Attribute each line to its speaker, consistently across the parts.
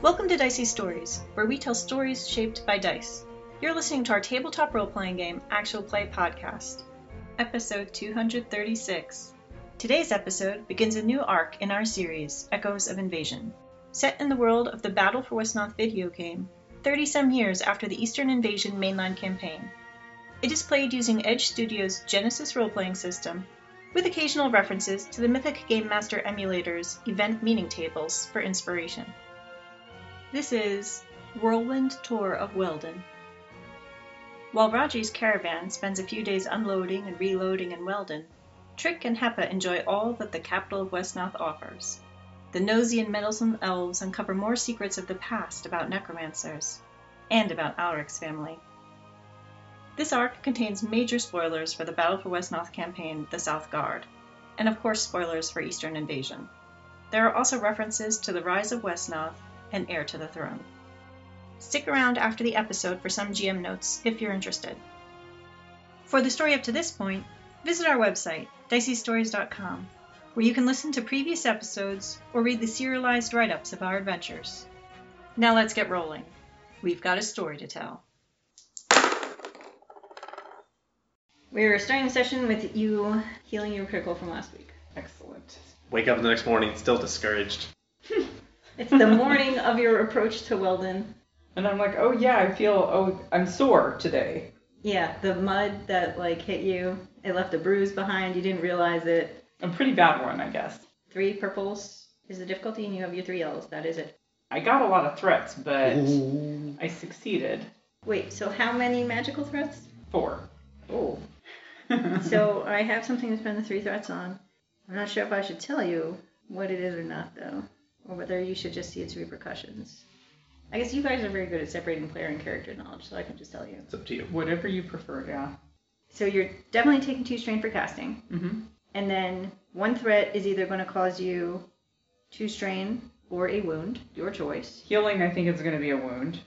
Speaker 1: Welcome to Dicey Stories, where we tell stories shaped by dice. You're listening to our tabletop role playing game, Actual Play Podcast, episode 236. Today's episode begins a new arc in our series, Echoes of Invasion. Set in the world of the Battle for Westnoth video game, 30 some years after the Eastern Invasion mainline campaign, it is played using Edge Studios' Genesis role playing system, with occasional references to the Mythic Game Master emulator's event meaning tables for inspiration. This is Whirlwind Tour of Weldon. While Raji's caravan spends a few days unloading and reloading in Weldon, Trick and Hepa enjoy all that the capital of Westnoth offers. The nosy and meddlesome elves uncover more secrets of the past about necromancers and about Alric's family. This arc contains major spoilers for the Battle for Westnoth campaign, the South Guard, and of course spoilers for Eastern Invasion. There are also references to the rise of Westnoth and heir to the throne. Stick around after the episode for some GM notes if you're interested. For the story up to this point, visit our website, diceystories.com, where you can listen to previous episodes or read the serialized write ups of our adventures. Now let's get rolling. We've got a story to tell. We're starting the session with you healing your critical from last week.
Speaker 2: Excellent.
Speaker 3: Wake up the next morning, still discouraged.
Speaker 1: It's the morning of your approach to Weldon.
Speaker 2: And I'm like, oh yeah, I feel oh I'm sore today.
Speaker 1: Yeah, the mud that like hit you, it left a bruise behind, you didn't realize it.
Speaker 2: A pretty bad one, I guess.
Speaker 1: Three purples is the difficulty, and you have your three L's. That is it.
Speaker 2: I got a lot of threats, but I succeeded.
Speaker 1: Wait, so how many magical threats?
Speaker 2: Four.
Speaker 1: Oh. so I have something to spend the three threats on. I'm not sure if I should tell you what it is or not, though, or whether you should just see its repercussions. I guess you guys are very good at separating player and character knowledge, so I can just tell you.
Speaker 3: It's up to you.
Speaker 2: Whatever you prefer, yeah.
Speaker 1: So you're definitely taking two strain for casting.
Speaker 2: Mm-hmm.
Speaker 1: And then one threat is either going to cause you two strain or a wound, your choice.
Speaker 2: Healing, I think it's gonna be a wound.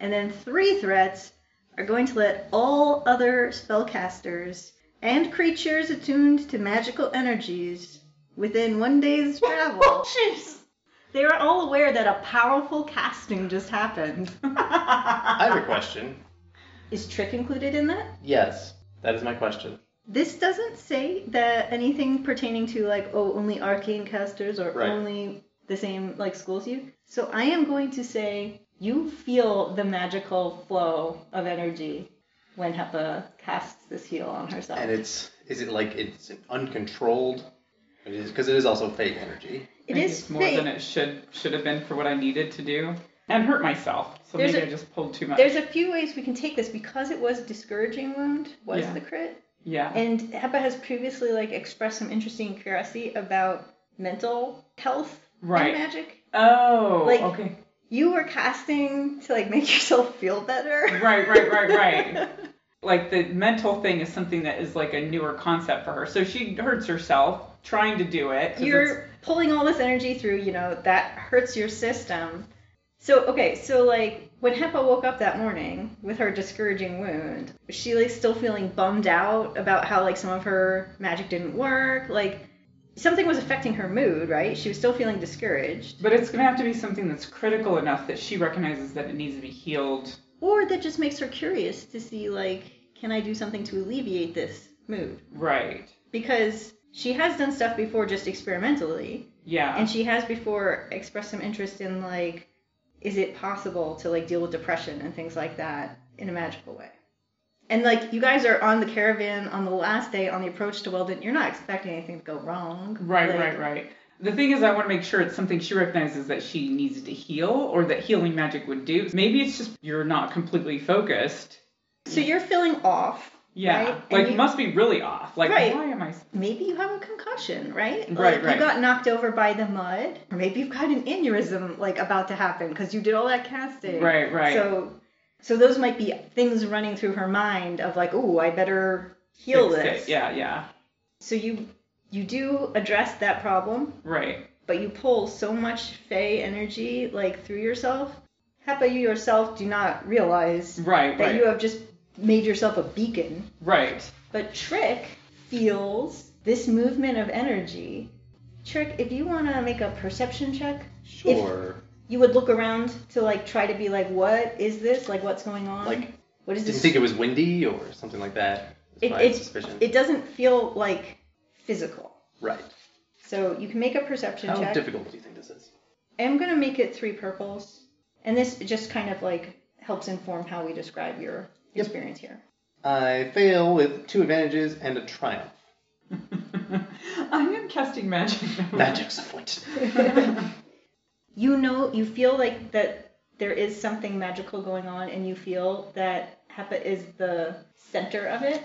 Speaker 1: And then three threats are going to let all other spellcasters and creatures attuned to magical energies within one day's travel.
Speaker 2: Jeez.
Speaker 1: they are all aware that a powerful casting just happened.
Speaker 3: I have a question.
Speaker 1: Is trick included in that?
Speaker 3: Yes, that is my question.
Speaker 1: This doesn't say that anything pertaining to like oh only arcane casters or
Speaker 3: Right.
Speaker 1: only the same like schools you. So I am going to say you feel the magical flow of energy when Hepa casts this heal on herself.
Speaker 3: And it's is it like it's uncontrolled? It is because it is also fake energy.
Speaker 1: it
Speaker 2: Maybe
Speaker 1: is
Speaker 2: it's more
Speaker 1: fake.
Speaker 2: than it should should have been for what I needed to do, and hurt myself. So
Speaker 1: There's
Speaker 2: maybe
Speaker 1: a-
Speaker 2: I just pulled too much.
Speaker 1: There's a few ways we can take this because it was discouraging wound was
Speaker 2: Yeah.
Speaker 1: the crit,
Speaker 2: yeah.
Speaker 1: and Hepa has previously like expressed some interesting curiosity about mental health
Speaker 2: Right.
Speaker 1: and magic.
Speaker 2: Oh.
Speaker 1: like-
Speaker 2: okay.
Speaker 1: You were casting to like make yourself feel better.
Speaker 2: Right. Right. Right. Right. like the mental thing is something that is like a newer concept for her. So she hurts herself trying to do it. 'cause it's-
Speaker 1: You're pulling all this energy through, you know, that hurts your system. So, okay, so like when Hepa woke up that morning with her discouraging wound, was she like still feeling bummed out about how like some of her magic didn't work? Like something was affecting her mood, right? She was still feeling discouraged.
Speaker 2: but it's gonna have to be something that's critical enough that she recognizes that it needs to be healed.
Speaker 1: Or that just makes her curious to see like, can I do something to alleviate this mood?
Speaker 2: Right.
Speaker 1: Because she has done stuff before just experimentally.
Speaker 2: Yeah.
Speaker 1: and she has before expressed some interest in like is it possible to like deal with depression and things like that in a magical way and like you guys are on the caravan on the last day on the approach to weldon you're not expecting anything to go wrong
Speaker 2: right.
Speaker 1: Like,
Speaker 2: right. Right. The thing is, I want to make sure it's something she recognizes that she needs to heal or that healing magic would do. Maybe it's just you're not completely focused.
Speaker 1: so you're feeling off
Speaker 2: Yeah.
Speaker 1: Right, and
Speaker 2: Like,
Speaker 1: you-
Speaker 2: must be really off. Like,
Speaker 1: Right.
Speaker 2: why am I.
Speaker 1: maybe you have a concussion right
Speaker 2: Right,
Speaker 1: Like, you
Speaker 2: right.
Speaker 1: got knocked over by the mud or maybe you've got an aneurysm like about to happen because you did all that casting
Speaker 2: Right, right.
Speaker 1: So, so those might be things running through her mind of like, oh, I better heal
Speaker 2: Fix
Speaker 1: this.
Speaker 2: it. Yeah, yeah.
Speaker 1: So you you do address that problem,
Speaker 2: Right.
Speaker 1: but you pull so much fey energy like through yourself. How about you yourself do not realize
Speaker 2: Right,
Speaker 1: that
Speaker 2: right.
Speaker 1: you have just made yourself a beacon.
Speaker 2: Right.
Speaker 1: But Trick feels this movement of energy. Trick, if you want to make a perception check,
Speaker 3: Sure.
Speaker 4: you would look around to like try to be like, what is this? Like, what's going on?
Speaker 3: Like,
Speaker 4: what is
Speaker 3: did you
Speaker 4: this?
Speaker 3: think it was windy or something like that? That's
Speaker 4: It-
Speaker 3: my
Speaker 4: it-
Speaker 3: suspicion.
Speaker 4: it doesn't feel like physical.
Speaker 3: right.
Speaker 4: So you can make a perception
Speaker 3: How
Speaker 4: check.
Speaker 3: difficult do you think this is?
Speaker 4: I'm gonna make it three purples, and this just kind of like helps inform how we describe your
Speaker 3: Yep.
Speaker 4: experience here.
Speaker 3: I fail with two advantages and a triumph.
Speaker 2: I am casting magic.
Speaker 4: Hmm.
Speaker 3: Magic's a point.
Speaker 4: You know, you feel like that there is something magical going on, and you feel that Hepa is the center of it,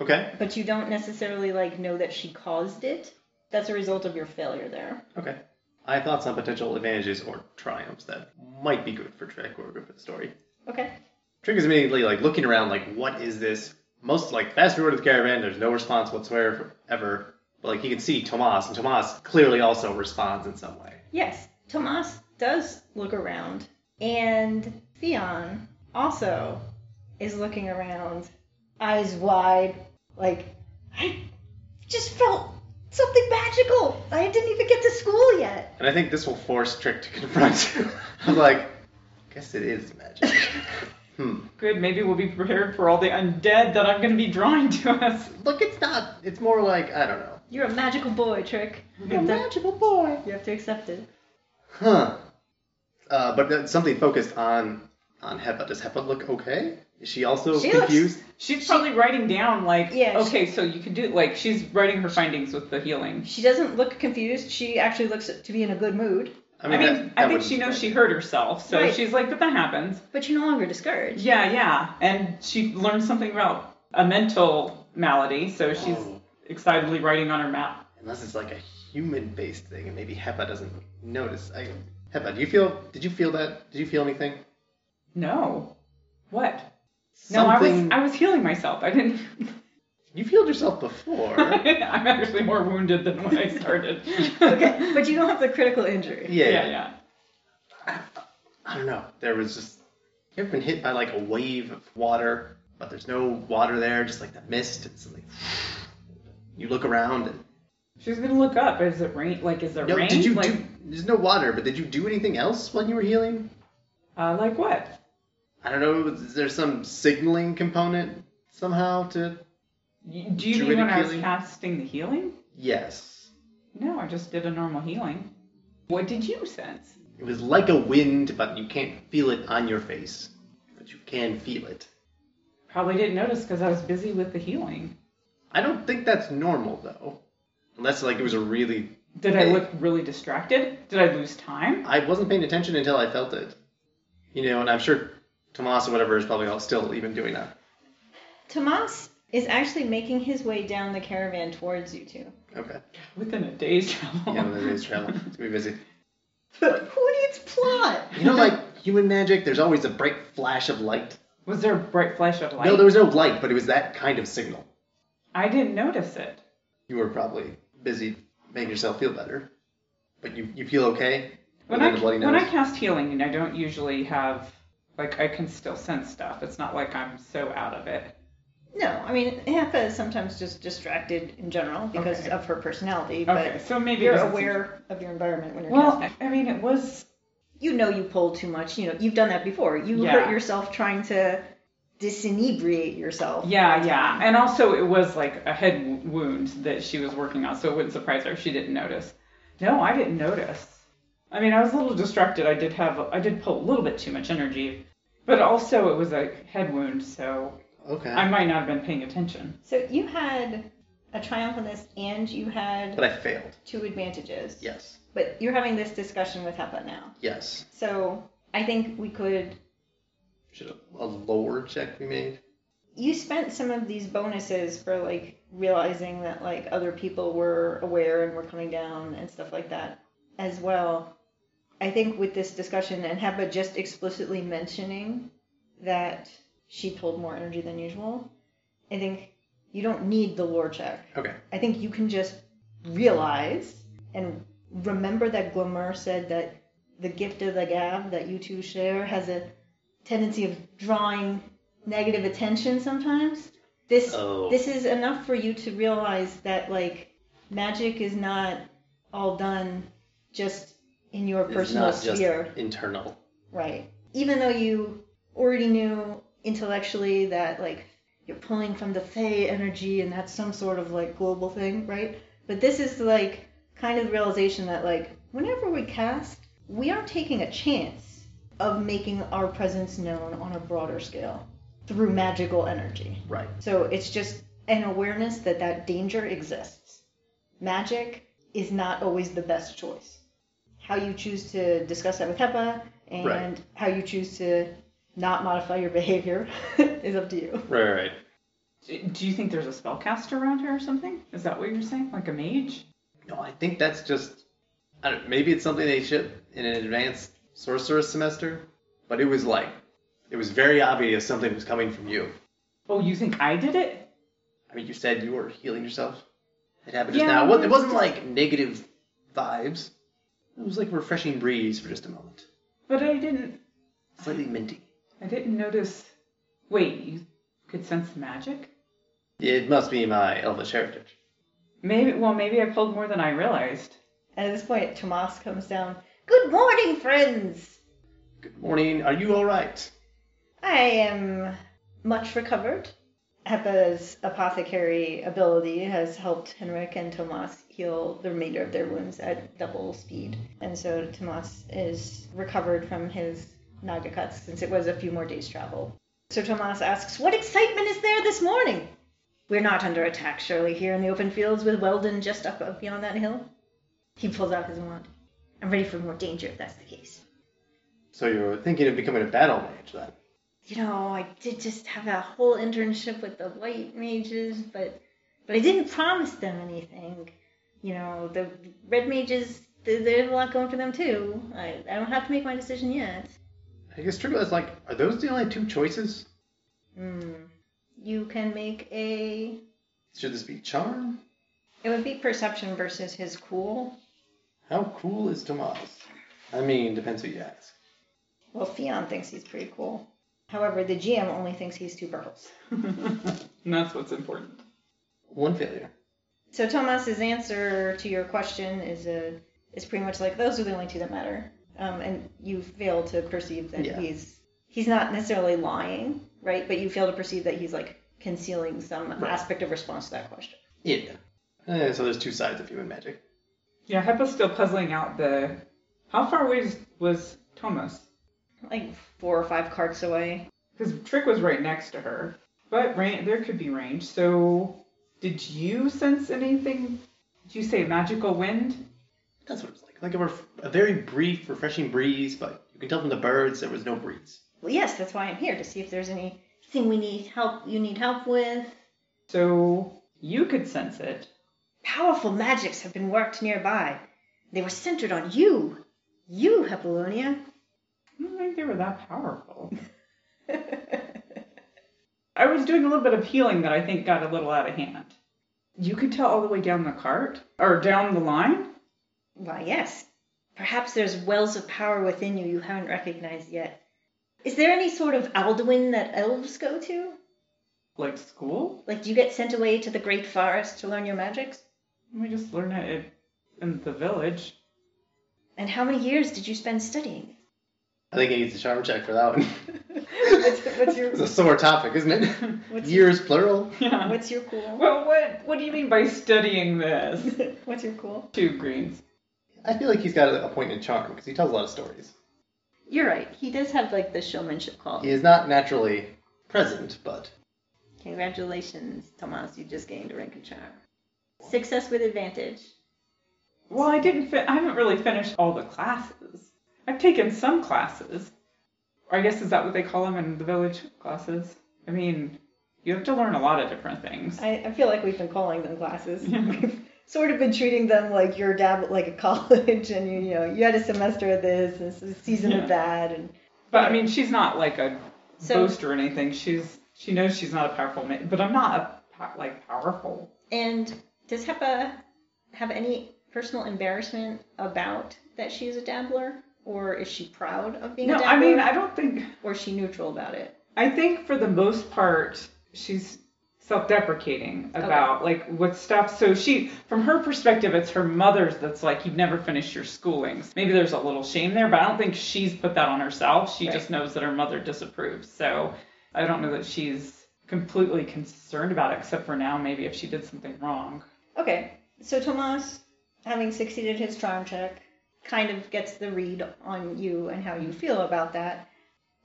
Speaker 3: Okay.
Speaker 4: but you don't necessarily like know that she caused it. That's a result of your failure there.
Speaker 3: Okay. I thought some potential advantages or triumphs that might be good for Trick or good for the story.
Speaker 4: Okay.
Speaker 3: Trick is immediately like looking around, like, what is this? Most like fast forward to the caravan, there's no response whatsoever ever. But like you can see Tomas, and Tomas clearly also responds in some way.
Speaker 4: Yes, Tomas does look around, and Theon also is looking around, eyes wide, like, I just felt something magical. I didn't even get to school yet.
Speaker 3: And I think this will force Trick to confront you. I'm like, guess it is magic. hmm.
Speaker 2: Good. Maybe we'll be prepared for all the undead that I'm going to be drawing to us.
Speaker 3: Look, it's not. It's more like I don't know.
Speaker 4: You're a magical boy, Trick. You have to,
Speaker 3: magical boy.
Speaker 4: you have to accept it.
Speaker 3: Huh. Uh, but that's something focused on on Hepa. Does Hepa look okay? Is she also
Speaker 4: She looks-
Speaker 3: confused?
Speaker 2: She's probably writing down like,
Speaker 4: Yeah, she-
Speaker 2: okay, so you could do like she's writing her findings with the healing.
Speaker 4: She doesn't look confused. She actually looks to be in a good mood,
Speaker 2: I mean,
Speaker 3: that- that
Speaker 2: I think
Speaker 3: wouldn't
Speaker 2: she knows
Speaker 3: surprise
Speaker 2: she
Speaker 3: me.
Speaker 2: hurt herself, so
Speaker 4: Right.
Speaker 2: she's like, but that happens.
Speaker 4: but you're no longer discouraged.
Speaker 2: Yeah, yeah, and she learned something about a mental malady, so she's
Speaker 3: Oh.
Speaker 2: excitedly writing on her map.
Speaker 3: Unless it's like a human-based thing, and maybe Hepa doesn't notice. I, Hepa, do you feel? Did you feel that? Did you feel anything?
Speaker 2: No, what?
Speaker 3: Something.
Speaker 2: No, I was I was healing myself. I didn't.
Speaker 3: You healed yourself before.
Speaker 2: I'm actually more wounded than when I started.
Speaker 4: Okay, but you don't have the critical injury.
Speaker 3: yeah.
Speaker 2: Yeah, yeah.
Speaker 3: I don't know. There was just you ever been hit by like a wave of water, but there's no water there, just like the mist and something. You look around and
Speaker 2: She's gonna look up. Is it rain? Like, is there
Speaker 3: no,
Speaker 2: rain?
Speaker 3: did you
Speaker 2: like,
Speaker 3: do? There's no water, but did you do anything else when you were healing?
Speaker 2: uh, like what?
Speaker 3: I don't know. Is there some signaling component somehow to?
Speaker 2: Y- Do you
Speaker 3: Druidic
Speaker 2: mean when I was
Speaker 3: healing?
Speaker 2: casting the healing?
Speaker 3: Yes,
Speaker 2: No, I just did a normal healing. What did you sense?
Speaker 3: it was like a wind, but you can't feel it on your face, but you can feel it.
Speaker 2: Probably didn't notice because I was busy with the healing.
Speaker 3: I don't think that's normal though, unless like it was a really.
Speaker 2: Did I
Speaker 3: Hey.
Speaker 2: look really distracted? Did I lose time?
Speaker 3: I wasn't paying attention until I felt it. You know, and I'm sure Tomas or whatever is probably all still even doing that.
Speaker 4: Tomas is actually making his way down the caravan towards you two.
Speaker 3: Okay.
Speaker 2: Within a day's travel.
Speaker 3: Yeah, well, day's travel. It's gonna be busy.
Speaker 4: Who needs plot?
Speaker 3: You know, like human magic, there's always a bright flash of light.
Speaker 2: Was there a bright flash of light?
Speaker 3: No, there was no light, but it was that kind of signal.
Speaker 2: I didn't notice it.
Speaker 3: You were probably busy making yourself feel better, but you you feel okay.
Speaker 2: When
Speaker 3: Without
Speaker 2: I,
Speaker 3: the bloody
Speaker 2: when
Speaker 3: nose.
Speaker 2: I cast healing, and I don't usually have, like, I can still sense stuff. It's not like I'm so out of it.
Speaker 4: No, I mean Hannah is sometimes just distracted in general because
Speaker 2: Okay.
Speaker 4: of her personality,
Speaker 2: Okay,
Speaker 4: but
Speaker 2: so maybe
Speaker 4: you're
Speaker 2: it was-
Speaker 4: aware of your environment when you're
Speaker 2: Well,
Speaker 4: casting.
Speaker 2: I- I mean, it was
Speaker 4: You know you pull too much. You know you've done that before. You
Speaker 2: Yeah.
Speaker 4: hurt yourself trying to disintegrate yourself.
Speaker 2: Yeah, yeah. And also, it was like a head w- wound that she was working on, so it wouldn't surprise her if she didn't notice. No, I didn't notice. I mean, I was a little distracted. I did have, I did pull a little bit too much energy, but also it was a head wound, so
Speaker 3: Okay.
Speaker 2: I might not have been paying attention.
Speaker 4: So you had a triumph on this, and you had
Speaker 3: But I failed.
Speaker 4: two advantages.
Speaker 3: Yes.
Speaker 4: But you're having this discussion with Hepa now,
Speaker 3: Yes.
Speaker 4: so I think we could.
Speaker 3: Should a, a lower check be made?
Speaker 4: You spent some of these bonuses for like realizing that like other people were aware and were coming down and stuff like that as well. I think with this discussion and Heba just explicitly mentioning that she pulled more energy than usual, I think you don't need the lore check.
Speaker 3: Okay.
Speaker 4: I think you can just realize and remember that Glomer said that the gift of the gab that you two share has a tendency of drawing negative attention sometimes. This
Speaker 3: Oh.
Speaker 4: this is enough for you to realize that like magic is not all done just in your
Speaker 3: It's
Speaker 4: personal
Speaker 3: not just
Speaker 4: sphere.
Speaker 3: internal.
Speaker 4: Right. Even though you already knew intellectually that like you're pulling from the Fey energy and that's some sort of like global thing, right? But this is like kind of the realization that like whenever we cast, we are taking a chance of making our presence known on a broader scale through magical energy.
Speaker 3: Right.
Speaker 4: So it's just an awareness that that danger exists. Magic is not always the best choice. How you choose to discuss that with HEPA and
Speaker 3: Right.
Speaker 4: how you choose to not modify your behavior is up to you.
Speaker 3: Right, right, right.
Speaker 2: D- Do you think there's a spellcaster around here or something? Is that what you're saying? Like a mage?
Speaker 3: No, I think that's just. I don't, maybe it's something they ship in an advanced sorcerer semester, but it was like, it was very obvious something was coming from you.
Speaker 2: Oh, you think I did it?
Speaker 3: I mean, you said you were healing yourself. It happened just
Speaker 2: Yeah,
Speaker 3: now. It wa- It
Speaker 2: it
Speaker 3: wasn't like negative vibes. It was like a refreshing breeze for just a moment,
Speaker 2: But I didn't.
Speaker 3: slightly minty.
Speaker 2: I didn't notice. Wait, you could sense magic?
Speaker 3: It must be my elvish heritage.
Speaker 2: Maybe. Well, maybe I pulled more than I realized.
Speaker 4: And at this point, Tomas comes down. Good morning, friends!
Speaker 3: Good morning. Are you all right?
Speaker 4: I am much recovered. Hepa's apothecary ability has helped Henrik and Tomas heal the remainder of their wounds at double speed. And so Tomas is recovered from his naga cuts since it was a few more days' travel. So Tomas asks, What excitement is there this morning? We're not under attack, surely, here in the open fields with Weldon just up, up beyond that hill. He pulls out his wand. I'm ready for more danger if that's the case.
Speaker 3: So you're thinking of becoming a battle mage then?
Speaker 4: you know, I did just have a whole internship with the white mages, but but I didn't promise them anything. You know, the red mages, th- there's a lot going for them too. I, I don't have to make my decision yet.
Speaker 3: I guess Trigger is like, are those the only two choices?
Speaker 4: Hmm. You can make a.
Speaker 3: Should this be charm?
Speaker 4: It would be perception versus his cool.
Speaker 3: How cool is Tomas? I mean, depends who you ask.
Speaker 4: Well, Fion thinks he's pretty cool. However, the GM only thinks he's two purples.
Speaker 2: And that's what's important.
Speaker 3: One failure.
Speaker 4: So Tomas's answer to your question is a is pretty much like those are the only two that matter, um, and you fail to perceive that
Speaker 3: Yeah.
Speaker 4: he's he's not necessarily lying, right? But you fail to perceive that he's like concealing some
Speaker 3: Right.
Speaker 4: aspect of response to that question.
Speaker 3: Yeah. Eh, so there's two sides of human magic.
Speaker 2: Yeah, Hepa's still puzzling out the. How far away was, was Thomas?
Speaker 4: Like four or five carts away.
Speaker 2: Because Trick was right next to her. But ran- there could be range. So, did you sense anything? Did you say magical wind?
Speaker 3: That's what it's like. Like a, ref- a very brief, refreshing breeze, but you can tell from the birds there was no breeze.
Speaker 4: Well, yes, that's why I'm here to see if there's anything we need help. You need help with.
Speaker 2: So, you could sense it.
Speaker 4: Powerful magics have been worked nearby. They were centered on you, you Hepalonia.
Speaker 2: I don't think they were that powerful. I was doing a little bit of healing that I think got a little out of hand. You could tell all the way down the cart or down the line.
Speaker 4: Why, yes. Perhaps there's wells of power within you you haven't recognized yet. Is there any sort of Alduin that elves go to?
Speaker 2: Like school,
Speaker 4: Like, do you get sent away to the Great Forest to learn your magics?
Speaker 2: we just learn it in the village.
Speaker 4: And how many years did you spend studying?
Speaker 3: I think he needs a charm check for that one.
Speaker 4: what's, what's your
Speaker 3: it's a sore topic, isn't it?
Speaker 4: What's-
Speaker 3: Years, plural.
Speaker 2: Yeah.
Speaker 4: what's your cool?
Speaker 2: Well, what what do you mean by studying this?
Speaker 4: What's your cool?
Speaker 2: Two greens.
Speaker 3: I feel like he's got a point in charm because he tells a lot of stories.
Speaker 4: You're right. He does have like the showmanship call.
Speaker 3: He is not naturally present, but
Speaker 4: Congratulations, Tomas. You just gained a rank of charm. Success with advantage.
Speaker 2: Well, I didn't. Fi- I haven't really finished all the classes. I've taken some classes. I guess is that what they call them in the village classes? I mean, you have to learn a lot of different things.
Speaker 4: I, I feel like we've been calling them classes.
Speaker 2: Yeah.
Speaker 4: We've sort of been treating them like your dab like a college, and you, you know you had a semester of this and a season
Speaker 2: Yeah.
Speaker 4: of that, and
Speaker 2: But I mean, she's not like a
Speaker 4: So-
Speaker 2: boast or anything. She's she knows she's not a powerful ma but I'm not a po- like powerful.
Speaker 4: and does Hepa have any personal embarrassment about that she's a dabbler, or is she proud of being
Speaker 2: No,
Speaker 4: a dabbler,
Speaker 2: I mean, I don't think.
Speaker 4: or is she neutral about it?
Speaker 2: I think for the most part, she's self-deprecating about like what stops so she from her perspective it's her mother's that's like you've never finished your schoolings maybe there's a little shame there but i don't think she's put that on herself she
Speaker 4: Right.
Speaker 2: just knows that her mother disapproves so i don't know that she's completely concerned about it except for now maybe if she did something wrong
Speaker 4: Okay, so Tomas, having succeeded his charm check, kind of gets the read on you and how you feel about that.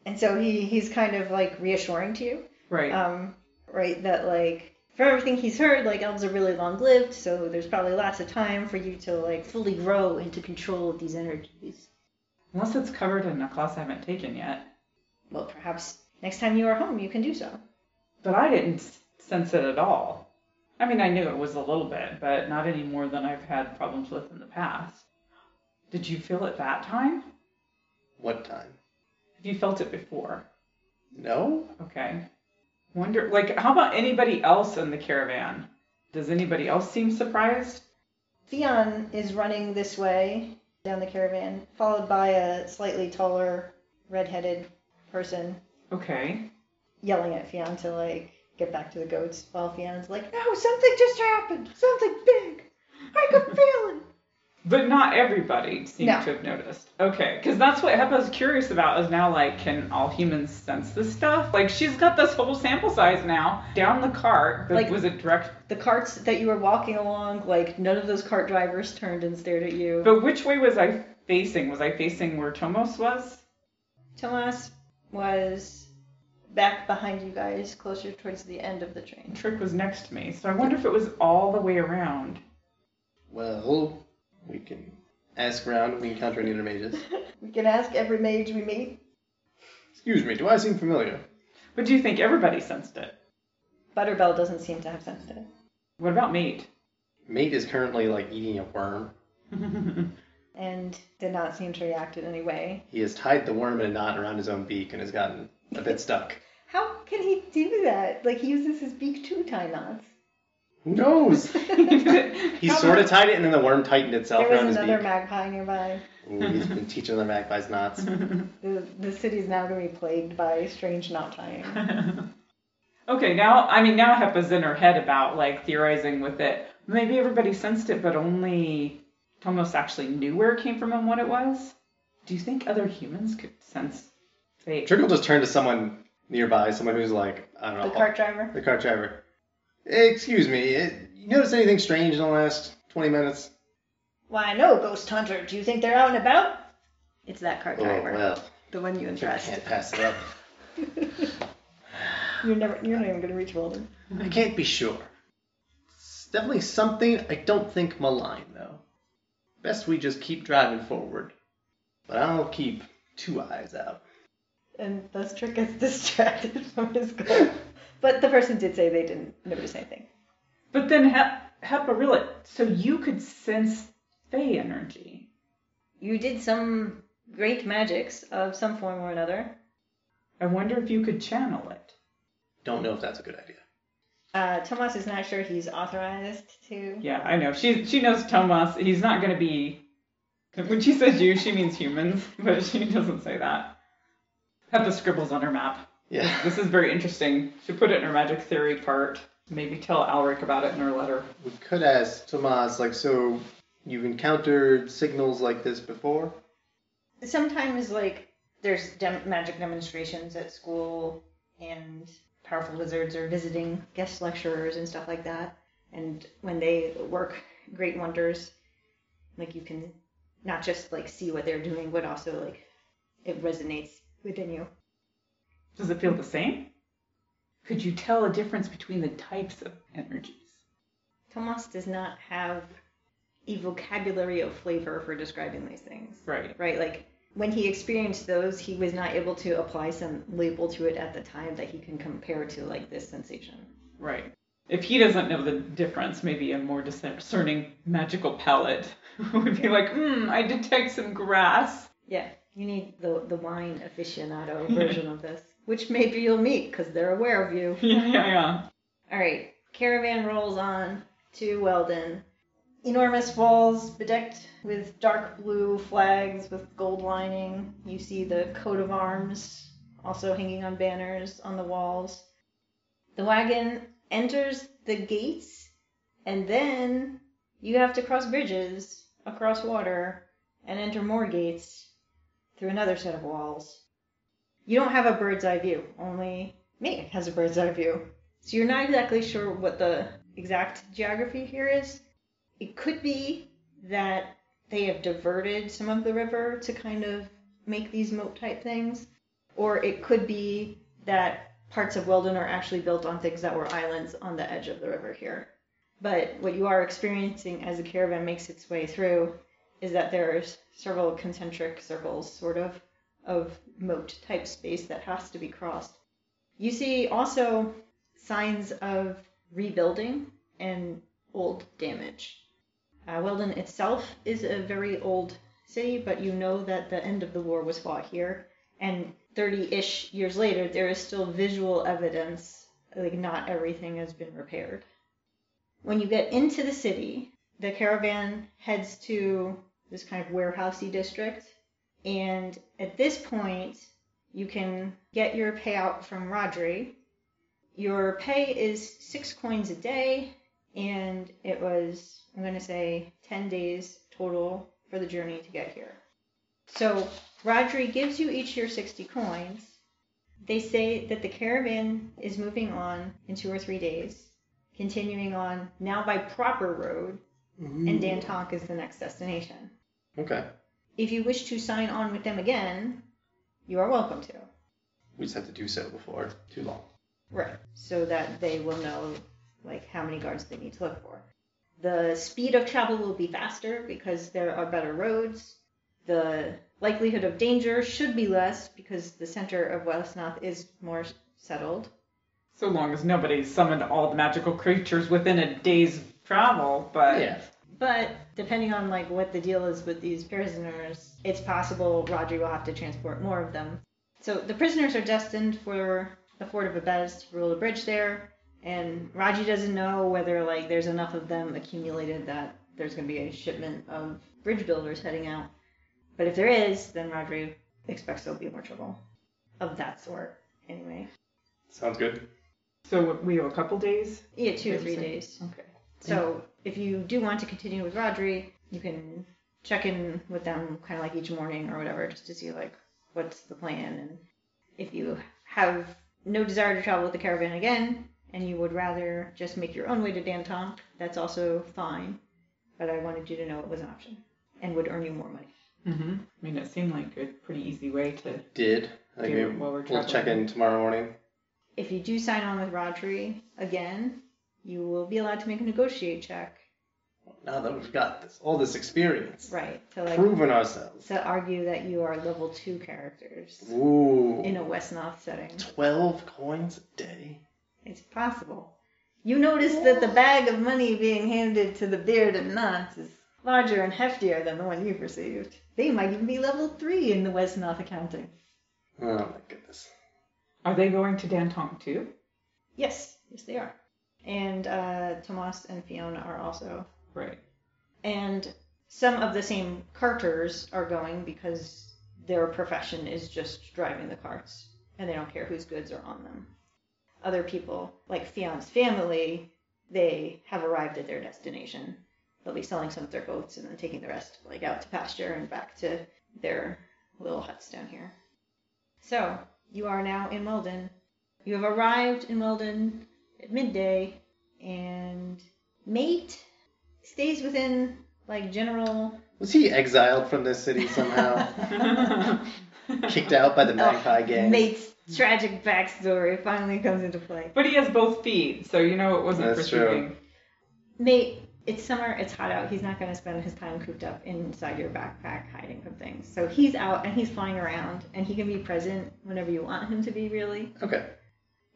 Speaker 4: And so he, he's kind of like reassuring to you,
Speaker 2: right
Speaker 4: um, right? That like, for everything he's heard, like elves are really long lived, so there's probably lots of time for you to like fully grow and to control these energies.
Speaker 2: unless it's covered in a class i haven't taken yet
Speaker 4: Well, perhaps next time you are home, you can do so.
Speaker 2: but i didn't s- sense it at all i mean i knew it was a little bit but not any more than i've had problems with in the past did you feel it that time
Speaker 3: What time?
Speaker 2: Have you felt it before?
Speaker 3: No?
Speaker 2: Okay. Wonder, like, how about anybody else in the caravan? Does anybody else seem surprised?
Speaker 4: Theon is running this way down the caravan, followed by a slightly taller, redheaded person
Speaker 2: Okay.
Speaker 4: yelling at Fionn to like get back to the goats while Fionn's like, No, something just happened. Something big. I could feel it.
Speaker 2: But not everybody seemed
Speaker 4: No.
Speaker 2: to have noticed. Okay, because that's what Hepa's curious about is now like, can all humans sense this stuff? Like, she's got this whole sample size now down the cart, but
Speaker 4: Like-
Speaker 2: was it direct?
Speaker 4: The carts that you were walking along, like none of those cart drivers turned and stared at you.
Speaker 2: But which way was I facing? Was I facing where Tomos was?
Speaker 4: Tomas was back behind you guys, closer towards the end of the train.
Speaker 2: Trick was next to me, so I wonder if it was all the way around.
Speaker 3: Well, we can ask around if we encounter any other mages.
Speaker 4: We can ask every mage we meet,
Speaker 3: Excuse me, do I seem familiar?
Speaker 2: But do you think everybody sensed it?
Speaker 4: Butterbell doesn't seem to have sensed it.
Speaker 2: What about mate?
Speaker 3: Mate is currently like eating a worm.
Speaker 4: and did not seem to react in any way.
Speaker 3: He has tied the worm in a knot around his own beak and has gotten a bit stuck.
Speaker 4: How can he do that? Like he uses his beak to tie knots.
Speaker 3: Who knows? He
Speaker 2: He's
Speaker 3: sort of tied it and then the worm tightened itself
Speaker 4: There was
Speaker 3: around his beak.
Speaker 4: another magpie nearby.
Speaker 3: Ooh, he's been teaching the magpies knots.
Speaker 4: Mm-hmm. The the city's now going to be plagued by strange knot tying.
Speaker 2: okay. Now, I mean, now Hepa's in her head about like theorizing with it. Maybe everybody sensed it, but only Tomos actually knew where it came from and what it was. Do you think other humans could sense fate?
Speaker 3: Trickle just turned to someone nearby, someone who's like, I don't know,
Speaker 4: the cart driver.
Speaker 3: the cart driver. Excuse me, eh, you notice anything strange in the last 20 minutes?
Speaker 4: Why no, ghost hunter? Do you think they're out and about? It's that cart
Speaker 3: Oh,
Speaker 4: driver,
Speaker 3: well,
Speaker 4: the one you
Speaker 3: I
Speaker 4: impressed.
Speaker 3: can't pass it up.
Speaker 4: You're never, you're not even going to reach Walden.
Speaker 3: I can't be sure. It's definitely something I don't think malign, though. Best we just keep driving forward. But I'll keep two eyes out.
Speaker 4: And thus Trick gets distracted from his goal. But the person did say they didn't notice anything.
Speaker 2: But then Hep- Hepa really. So you could sense fey energy.
Speaker 4: You did some great magics of some form or another.
Speaker 2: I wonder if you could channel it.
Speaker 3: Don't know if that's a good idea.
Speaker 4: Uh, Tomas is not sure he's authorized to.
Speaker 2: Yeah, I know. She she knows Tomas. He's not gonna be. When she says you, she means humans, but she doesn't say that. Have the scribbles on her map.
Speaker 3: Yeah,
Speaker 2: This is very interesting. She put it in her magic theory part. Maybe tell Alric about it in her letter.
Speaker 3: we could ask Tomas, like, so you've encountered signals like this before?
Speaker 4: Sometimes, like, there's dem- magic demonstrations at school, and powerful wizards are visiting guest lecturers and stuff like that. And when they work great wonders, like, you can not just, like, see what they're doing, but also, like, it resonates within you.
Speaker 2: Does it feel the same? Could you tell a difference between the types of energies?
Speaker 4: Tomas does not have a vocabulary of flavor for describing these things.
Speaker 2: Right.
Speaker 4: right? Like when he experienced those, he was not able to apply some label to it at the time that he can compare to like this sensation.
Speaker 2: Right. If he doesn't know the difference, maybe a more discerning magical palate would be like, hmm, I detect some grass.
Speaker 4: Yeah, you need the the wine aficionado version of this, which maybe you'll meet because they're aware of you.
Speaker 2: Yeah, yeah, yeah.
Speaker 4: All right, caravan rolls on to Weldon. Enormous walls bedecked with dark blue flags with gold lining. You see the coat of arms also hanging on banners on the walls. The wagon enters the gates, and then you have to cross bridges across water and enter more gates through another set of walls. You don't have a bird's eye view, only Maeve has a bird's eye view. So you're not exactly sure what the exact geography here is. It could be that they have diverted some of the river to kind of make these moat type things, or it could be that parts of Weldon are actually built on things that were islands on the edge of the river here. But what you are experiencing as the caravan makes its way through is that there's several concentric circles, sort of, of moat type space that has to be crossed. You see also signs of rebuilding and old damage. Uh, Weldon itself is a very old city, but you know that the end of the war was fought here, and 30 ish years later, there is still visual evidence, like, not everything has been repaired. When you get into the city, the caravan heads to this kind of warehousey district, and at this point, you can get your payout from Rodri. Your pay is six coins a day, and it was I'm going to say 10 days total for the journey to get here. So Rodri gives you each your 60 coins. They say that the caravan is moving on in two or three days, continuing on now by proper road, and
Speaker 3: Mm.
Speaker 4: Dantonk is the next destination.
Speaker 3: Okay.
Speaker 4: If you wish to sign on with them again, you are welcome to.
Speaker 3: We just have to do so before too long.
Speaker 4: Right. So that they will know like how many guards they need to look for. The speed of travel will be faster because there are better roads. The likelihood of danger should be less because the center of Westnoth is more settled.
Speaker 2: So long as nobody summoned all the magical creatures within a day's travel, but
Speaker 3: yeah.
Speaker 4: But depending on like what the deal is with these prisoners, it's possible Rodri will have to transport more of them. So the prisoners are destined for the fort of Abez to rule a bridge there, and Raji doesn't know whether like there's enough of them accumulated that there's going to be a shipment of bridge builders heading out. But if there is, then Rodri expects there'll be more trouble of that sort. Anyway,
Speaker 3: Sounds good.
Speaker 2: so we have a couple days.
Speaker 4: yeah, two or
Speaker 2: Interesting.
Speaker 4: three days.
Speaker 2: Okay.
Speaker 4: So if you do want to continue with Rodri, you can check in with them kind of like each morning or whatever, just to see like what's the plan. And if you have no desire to travel with the caravan again, and you would rather just make your own way to Danton, that's also fine. But I wanted you to know it was an option and would earn you more money.
Speaker 2: hmm I mean, it seemed like a pretty easy way to.
Speaker 3: Did I think
Speaker 2: Do
Speaker 3: we,
Speaker 2: it while we're
Speaker 3: we'll check
Speaker 2: traveling.
Speaker 3: in tomorrow morning.
Speaker 4: If you do sign on with Rodri again, you will be allowed to make a negotiate check,
Speaker 3: Now that we've got this, all this experience,
Speaker 4: right? To like
Speaker 3: proven ourselves.
Speaker 4: to argue that you are level two characters.
Speaker 3: Ooh,
Speaker 4: in a Westnoth setting.
Speaker 3: twelve coins a day.
Speaker 4: It's possible. You notice that the bag of money being handed to the beard and knots is larger and heftier than the one you've received. They might even be level three in the Westnoth accounting.
Speaker 3: Oh my goodness.
Speaker 2: Are they going to Dantonk too?
Speaker 4: Yes, yes they are. And uh, Tomas and Fiona are also.
Speaker 2: Right.
Speaker 4: And some of the same carters are going because their profession is just driving the carts and they don't care whose goods are on them. Other people, like Fion's family, they have arrived at their destination. They'll be selling some of their goats and then taking the rest like out to pasture and back to their little huts down here. So you are now in Weldon. You have arrived in Weldon at midday, and mate stays within like general.
Speaker 3: Was he exiled from this city somehow? Kicked out
Speaker 2: Oh,
Speaker 3: by the Magpie Gang?
Speaker 4: Mate's tragic backstory finally comes into play.
Speaker 2: but he has both feet, so you know it wasn't
Speaker 3: That's
Speaker 2: for
Speaker 3: true.
Speaker 2: shooting.
Speaker 4: Mate, it's summer, it's hot out. He's not going to spend his time cooped up inside your backpack hiding from things. So he's out and he's flying around and he can be present whenever you want him to be, really.
Speaker 3: Okay.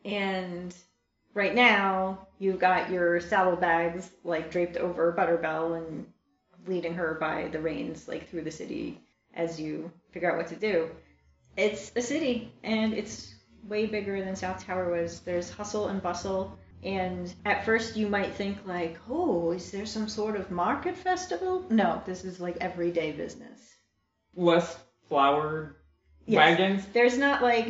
Speaker 4: And right now, you've got your saddlebags like draped over Butterbell and leading her by the reins like through the city as you figure out what to do. It's a city and it's way bigger than South Tower was. There's hustle and bustle. And at first, you might think, like, oh, is there some sort of market festival? No, this is like everyday business.
Speaker 2: Less flowered
Speaker 4: Yes.
Speaker 2: wagons.
Speaker 4: There's not like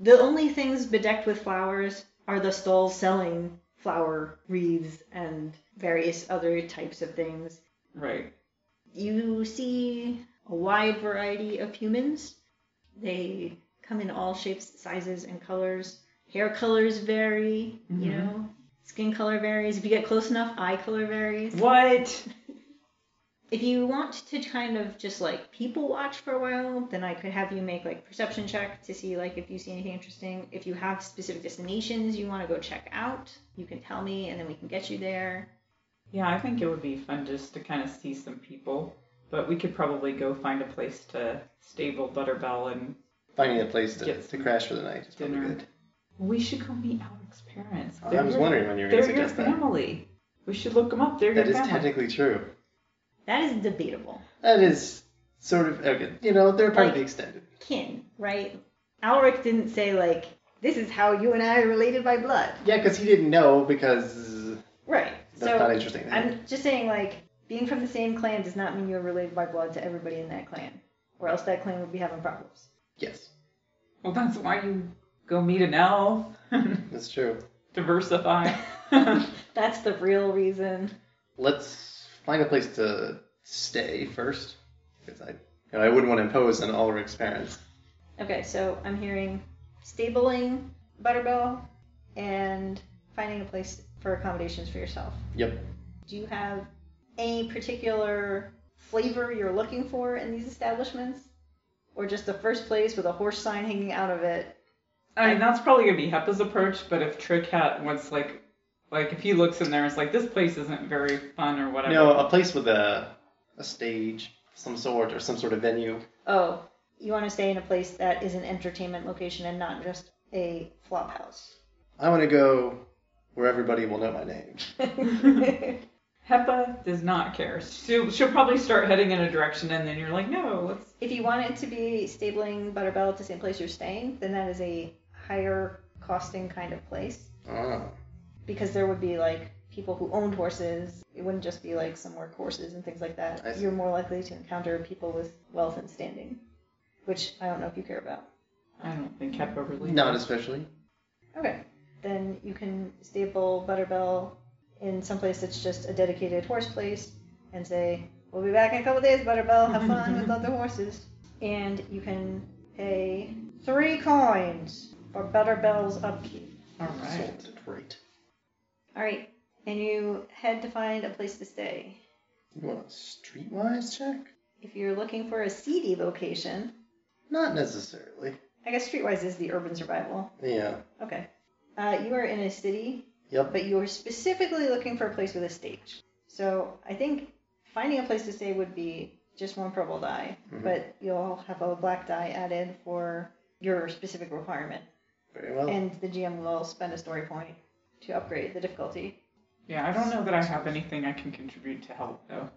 Speaker 4: the only things bedecked with flowers are the stalls selling flower wreaths and various other types of things.
Speaker 2: Right.
Speaker 4: You see a wide variety of humans. They come in all shapes, sizes, and colors. Hair colors vary, you
Speaker 2: Mhm.
Speaker 4: know. Skin color varies. If you get close enough, eye color varies.
Speaker 2: What?
Speaker 4: If you want to kind of just like people watch for a while, then I could have you make like perception check to see like if you see anything interesting. If you have specific destinations you want to go check out, you can tell me and then we can get you there.
Speaker 2: Yeah, I think it would be fun just to kind of see some people. But we could probably go find a place to stable Butterbell and
Speaker 3: Finding a place to,
Speaker 2: Get
Speaker 3: to crash for the night is probably
Speaker 2: dinner.
Speaker 3: good.
Speaker 2: we should go meet Alec's parents.
Speaker 3: I was
Speaker 2: your-
Speaker 3: wondering when you were going to
Speaker 2: They're your
Speaker 3: suggest that.
Speaker 2: family. We should look them up. They're
Speaker 3: That
Speaker 2: your
Speaker 3: is
Speaker 2: family.
Speaker 3: technically true.
Speaker 4: That is debatable.
Speaker 3: That is sort of okay. You know, they're part of the extended.
Speaker 4: Kin, right? Alric didn't say like this is how you and I are related by blood.
Speaker 3: Yeah, because he didn't know because
Speaker 4: Right.
Speaker 3: that's
Speaker 4: so
Speaker 3: not interesting.
Speaker 4: I'm just saying like being from the same clan does not mean you're related by blood to everybody in that clan. Or else that clan would be having problems.
Speaker 3: yes,
Speaker 2: Well, that's why you go meet an elf.
Speaker 3: that's true.
Speaker 2: Diversify.
Speaker 4: That's the real reason.
Speaker 3: Let's find a place to stay first, because I, you know, I wouldn't want to impose on Ulrich's parents.
Speaker 4: Okay, so I'm hearing stabling Butterbell and finding a place for accommodations for yourself.
Speaker 3: Yep.
Speaker 4: Do you have any particular flavor you're looking for in these establishments? Or just the first place with a horse sign hanging out of it?
Speaker 2: I mean, that's probably gonna be Hepa's approach, but if Trick Hat wants like, like if he looks in there, it's like this place isn't very fun or whatever.
Speaker 3: No, uh, a place with a a stage, some sort, or some sort of venue.
Speaker 4: Oh, you want to stay in a place that is an entertainment location and not just a flop house.
Speaker 3: I want to go where everybody will know my name.
Speaker 2: Hepa does not care. She'll, she'll probably start heading in a direction, and then you're like, no, let's.
Speaker 4: If you want it to be stabling Butterbell at the same place you're staying, then that is a higher costing kind of place
Speaker 2: Ah.
Speaker 3: Oh,
Speaker 4: because there would be like people who owned horses. It wouldn't just be like some work horses and things like that.
Speaker 3: I see.
Speaker 4: You're more likely to encounter people with wealth and standing, which I don't know if you care about.
Speaker 2: I don't think Hepa really.
Speaker 3: not especially.
Speaker 4: Okay. Then you can stable Butterbell in some place that's just a dedicated horse place and say, We'll be back in a couple days, Butterbell. Have fun with other horses. And you can pay three coins for Butterbell's upkeep.
Speaker 2: All right.
Speaker 3: Sold it right.
Speaker 4: All right. And you head to find a place to stay.
Speaker 3: You want a streetwise check?
Speaker 4: If you're looking for a seedy location,
Speaker 3: Not necessarily.
Speaker 4: I guess Streetwise is the urban survival.
Speaker 3: Yeah.
Speaker 4: Okay. Uh, you are in a city
Speaker 3: Yep.
Speaker 4: but you were specifically looking for a place with a stage. So I think finding a place to stay would be just one purple die,
Speaker 3: Mhm.
Speaker 4: but you'll have a black die added for your specific requirement.
Speaker 3: Very well.
Speaker 4: And the GM will spend a story point to upgrade the difficulty.
Speaker 2: Yeah, I don't know that I have anything I can contribute to help though.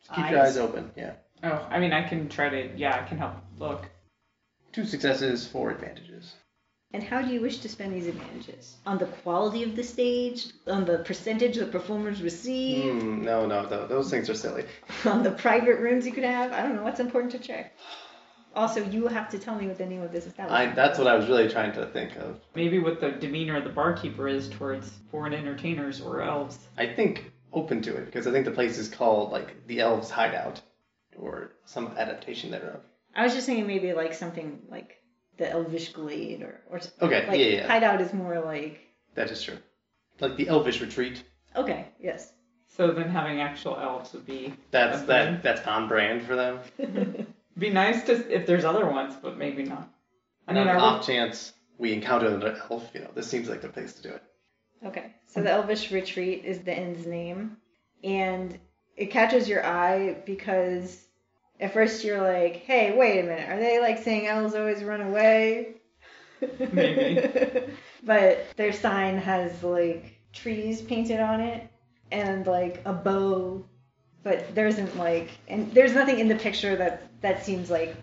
Speaker 3: Just keep your
Speaker 4: eyes.
Speaker 3: eyes open. Yeah.
Speaker 2: Oh, I mean, I can try to. Yeah, I can help look.
Speaker 3: Two successes, four advantages.
Speaker 4: And how do you wish to spend these advantages? On the quality of the stage, on the percentage the performers receive,
Speaker 3: Mm, no, no, no, those things are silly.
Speaker 4: on the private rooms you could have. I don't know what's important to check. Also, you have to tell me what the name of this
Speaker 3: I,
Speaker 4: establishment.
Speaker 3: that's what I was really trying to think of.
Speaker 2: Maybe what the demeanor of the barkeeper is towards foreign entertainers or elves.
Speaker 3: I think open to it because I think the place is called like the Elves Hideout or some adaptation thereof.
Speaker 4: I was just thinking maybe like something like the Elvish Glade or or s-
Speaker 3: Okay,
Speaker 4: like
Speaker 3: yeah, yeah, yeah,
Speaker 4: Hideout is more like
Speaker 3: that is true. Like the Elvish Retreat.
Speaker 4: okay yes.
Speaker 2: So then having actual elves would be
Speaker 3: That's
Speaker 2: Okay.
Speaker 3: that that's on brand for them.
Speaker 2: be nice to if there's other ones, but maybe not. I
Speaker 3: And
Speaker 2: mean,
Speaker 3: on
Speaker 2: I
Speaker 3: an
Speaker 2: would-
Speaker 3: off chance we encounter an elf, you know, this seems like the place to do it.
Speaker 4: okay, so the Elvish Retreat is the inn's name, and it catches your eye because at first you're like, hey, wait a minute, are they like saying elves always run away?
Speaker 2: Maybe.
Speaker 4: but their sign has like trees painted on it and like a bow but there isn't like and there's nothing in the picture that that seems like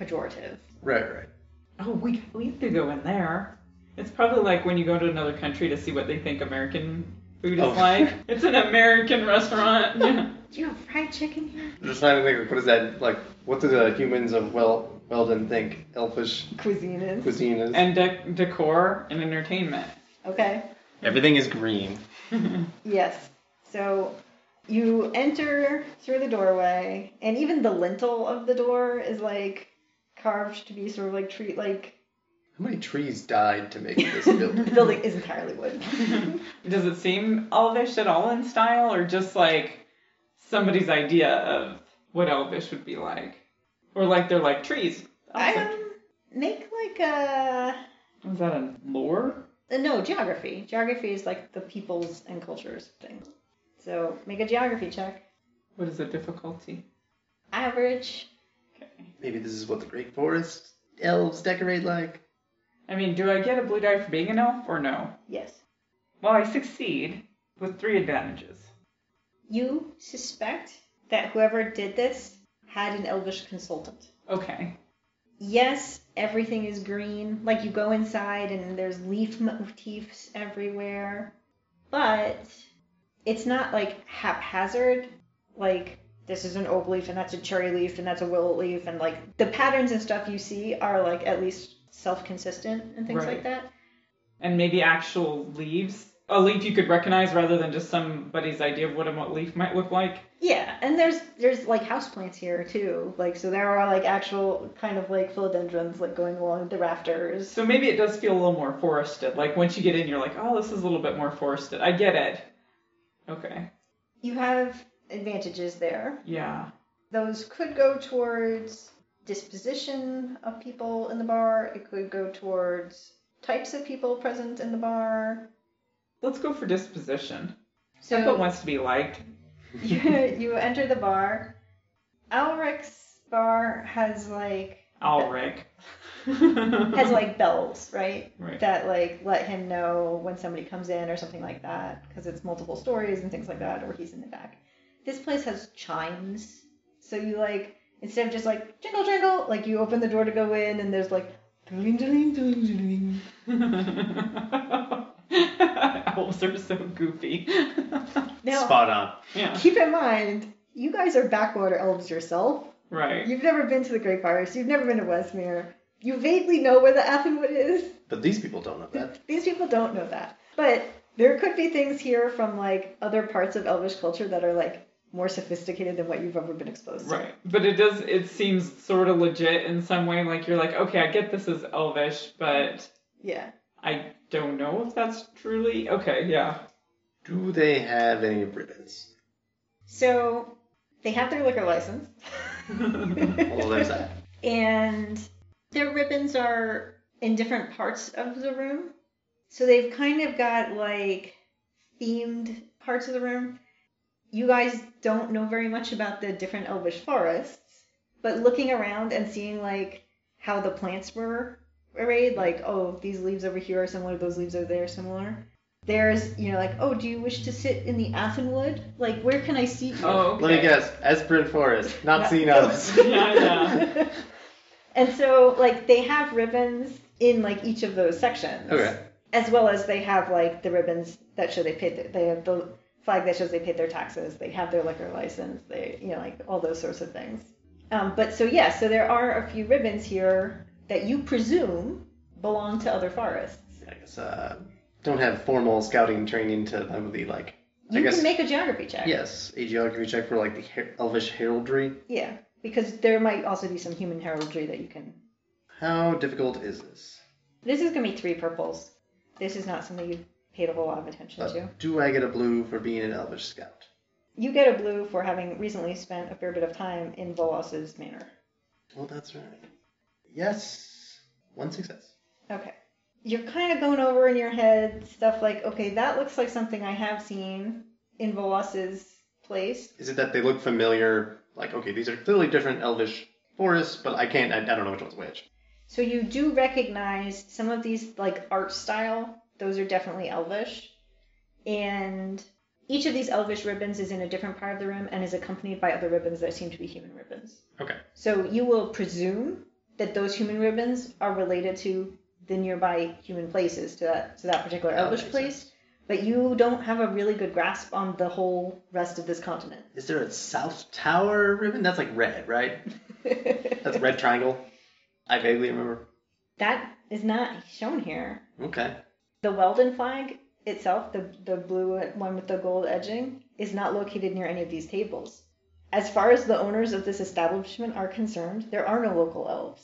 Speaker 4: pejorative
Speaker 3: Right, right.
Speaker 2: Oh, we we have to go in there. It's probably like when you go to another country to see what they think American food is
Speaker 3: Oh.
Speaker 2: like. It's an American restaurant. Yeah.
Speaker 4: do you have fried chicken here
Speaker 3: Just trying to think like what is that like what do the humans of Wel Weldon think elfish
Speaker 4: cuisine is
Speaker 3: cuisine is?
Speaker 2: And dec decor and entertainment.
Speaker 4: okay
Speaker 3: Everything is green.
Speaker 4: Yes. So you enter through the doorway, and even the lintel of the door is like carved to be sort of like treat like
Speaker 3: How many trees died to make this building?
Speaker 4: the building is entirely wood.
Speaker 2: Does it seem elvish at all in style, or just like somebody's idea of what elvish would be like, or like they're like trees? Awesome.
Speaker 4: Um, make like a
Speaker 2: Is that a lore?
Speaker 4: uh, no geography. Geography is like the peoples and cultures thing. So make a geography check.
Speaker 2: What is the difficulty?
Speaker 4: Average.
Speaker 3: Maybe this is what the Great Forest elves decorate like.
Speaker 2: I mean, do I get a blue die for being an elf or no?
Speaker 4: Yes.
Speaker 2: Well, I succeed with three advantages.
Speaker 4: You suspect that whoever did this had an elvish consultant.
Speaker 2: Okay.
Speaker 4: yes, everything is green. Like you go inside and there's leaf motifs everywhere, but it's not like haphazard. Like this is an oak leaf and that's a cherry leaf and that's a willow leaf and like the patterns and stuff you see are like at least self-consistent and things like
Speaker 2: Right.
Speaker 4: that.
Speaker 2: And maybe actual leaves? A leaf you could recognize rather than just somebody's idea of what a mo- leaf might look like?
Speaker 4: Yeah, and there's there's like houseplants here too. Like so there are like actual kind of like philodendrons like going along the rafters.
Speaker 2: So maybe it does feel a little more forested. Like once you get in, you're like, oh, this is a little bit more forested. I get it. Okay.
Speaker 4: You have advantages there.
Speaker 2: Yeah.
Speaker 4: those could go towards disposition of people in the bar. It could go towards types of people present in the bar.
Speaker 2: Let's go for disposition. Temple
Speaker 4: So
Speaker 2: wants to be liked.
Speaker 4: you, you enter the bar. Alric's bar has like
Speaker 2: Alric. Has
Speaker 4: has like bells, right?
Speaker 2: Right.
Speaker 4: That like let him know when somebody comes in or something like that, because it's multiple stories and things like that, or he's in the back. This place has chimes, so you like instead of just like jingle jingle, like you open the door to go in and there's like ding ding ding ding.
Speaker 2: Elves are so goofy.
Speaker 4: Now
Speaker 3: Spot on.
Speaker 2: yeah.
Speaker 4: keep in mind, you guys are backwater elves yourself.
Speaker 2: Right.
Speaker 4: You've never been to the Great Forest. You've never been to Westmere. You vaguely know where the Athenwood is.
Speaker 3: But these people don't know that.
Speaker 4: These people don't know that. But there could be things here from like other parts of Elvish culture that are like more sophisticated than what you've ever been exposed to.
Speaker 2: Right. But it does it seems sort of legit in some way, like you're like, okay, I get this is elvish, but
Speaker 4: Yeah.
Speaker 2: I don't know if that's truly okay, yeah.
Speaker 3: Do they have any ribbons?
Speaker 4: So they have their liquor license.
Speaker 2: Oh,
Speaker 3: Well, there's that.
Speaker 4: and their ribbons are in different parts of the room. So they've kind of got like themed parts of the room. You guys don't know very much about the different elvish forests, but looking around and seeing like how the plants were arrayed, like, oh, these leaves over here are similar, those leaves over there are similar. There's, you know, like, oh, do you wish to sit in the Athenwood? Like, where can I seat you?
Speaker 2: Oh okay.
Speaker 3: Let me guess. Esperin Forest. Not seen
Speaker 4: No.
Speaker 3: others.
Speaker 2: Yeah, yeah.
Speaker 4: and so like they have ribbons in like each of those sections
Speaker 3: Okay.
Speaker 4: as well as they have like the ribbons that show they paid their, they have the flag that shows they paid their taxes they have their liquor license they you know like all those sorts of things um, but so yeah so there are a few ribbons here that you presume belong to other forests
Speaker 3: I guess uh, don't have formal scouting training to them the like.
Speaker 4: you
Speaker 3: I guess
Speaker 4: can make a geography check
Speaker 3: yes, a geography check for like the her- elvish heraldry.
Speaker 4: yeah because there might also be some human heraldry that you can
Speaker 3: How difficult is this?
Speaker 4: this is going to be three purples this is not something you've paid a whole lot of attention
Speaker 3: Uh,
Speaker 4: to
Speaker 3: do I get a blue for being an elvish scout?
Speaker 4: You get a blue for having recently spent a fair bit of time in Volas's manor.
Speaker 3: Well, that's right. Yes, one success.
Speaker 4: Okay. You're kind of going over in your head stuff like, okay, that looks like something I have seen in Volas's place.
Speaker 3: Is it that they look familiar? Like, okay, these are clearly different elvish forests, but I can't. I, I don't know which one's which.
Speaker 4: So you do recognize some of these like art style. Those are definitely elvish. And each of these elvish ribbons is in a different part of the room and is accompanied by other ribbons that seem to be human ribbons.
Speaker 3: Okay.
Speaker 4: So you will presume that those human ribbons are related to the nearby human places to that to that particular
Speaker 3: That
Speaker 4: elvish
Speaker 3: makes
Speaker 4: place,
Speaker 3: sense.
Speaker 4: but you don't have a really good grasp on the whole rest of this continent.
Speaker 3: Is there a south tower ribbon? That's like red, right? That's red triangle. I vaguely remember.
Speaker 4: that is not shown here.
Speaker 3: Okay.
Speaker 4: The Weldon flag itself, the, the blue one with the gold edging, is not located near any of these tables. As far as the owners of this establishment are concerned, there are no local elves.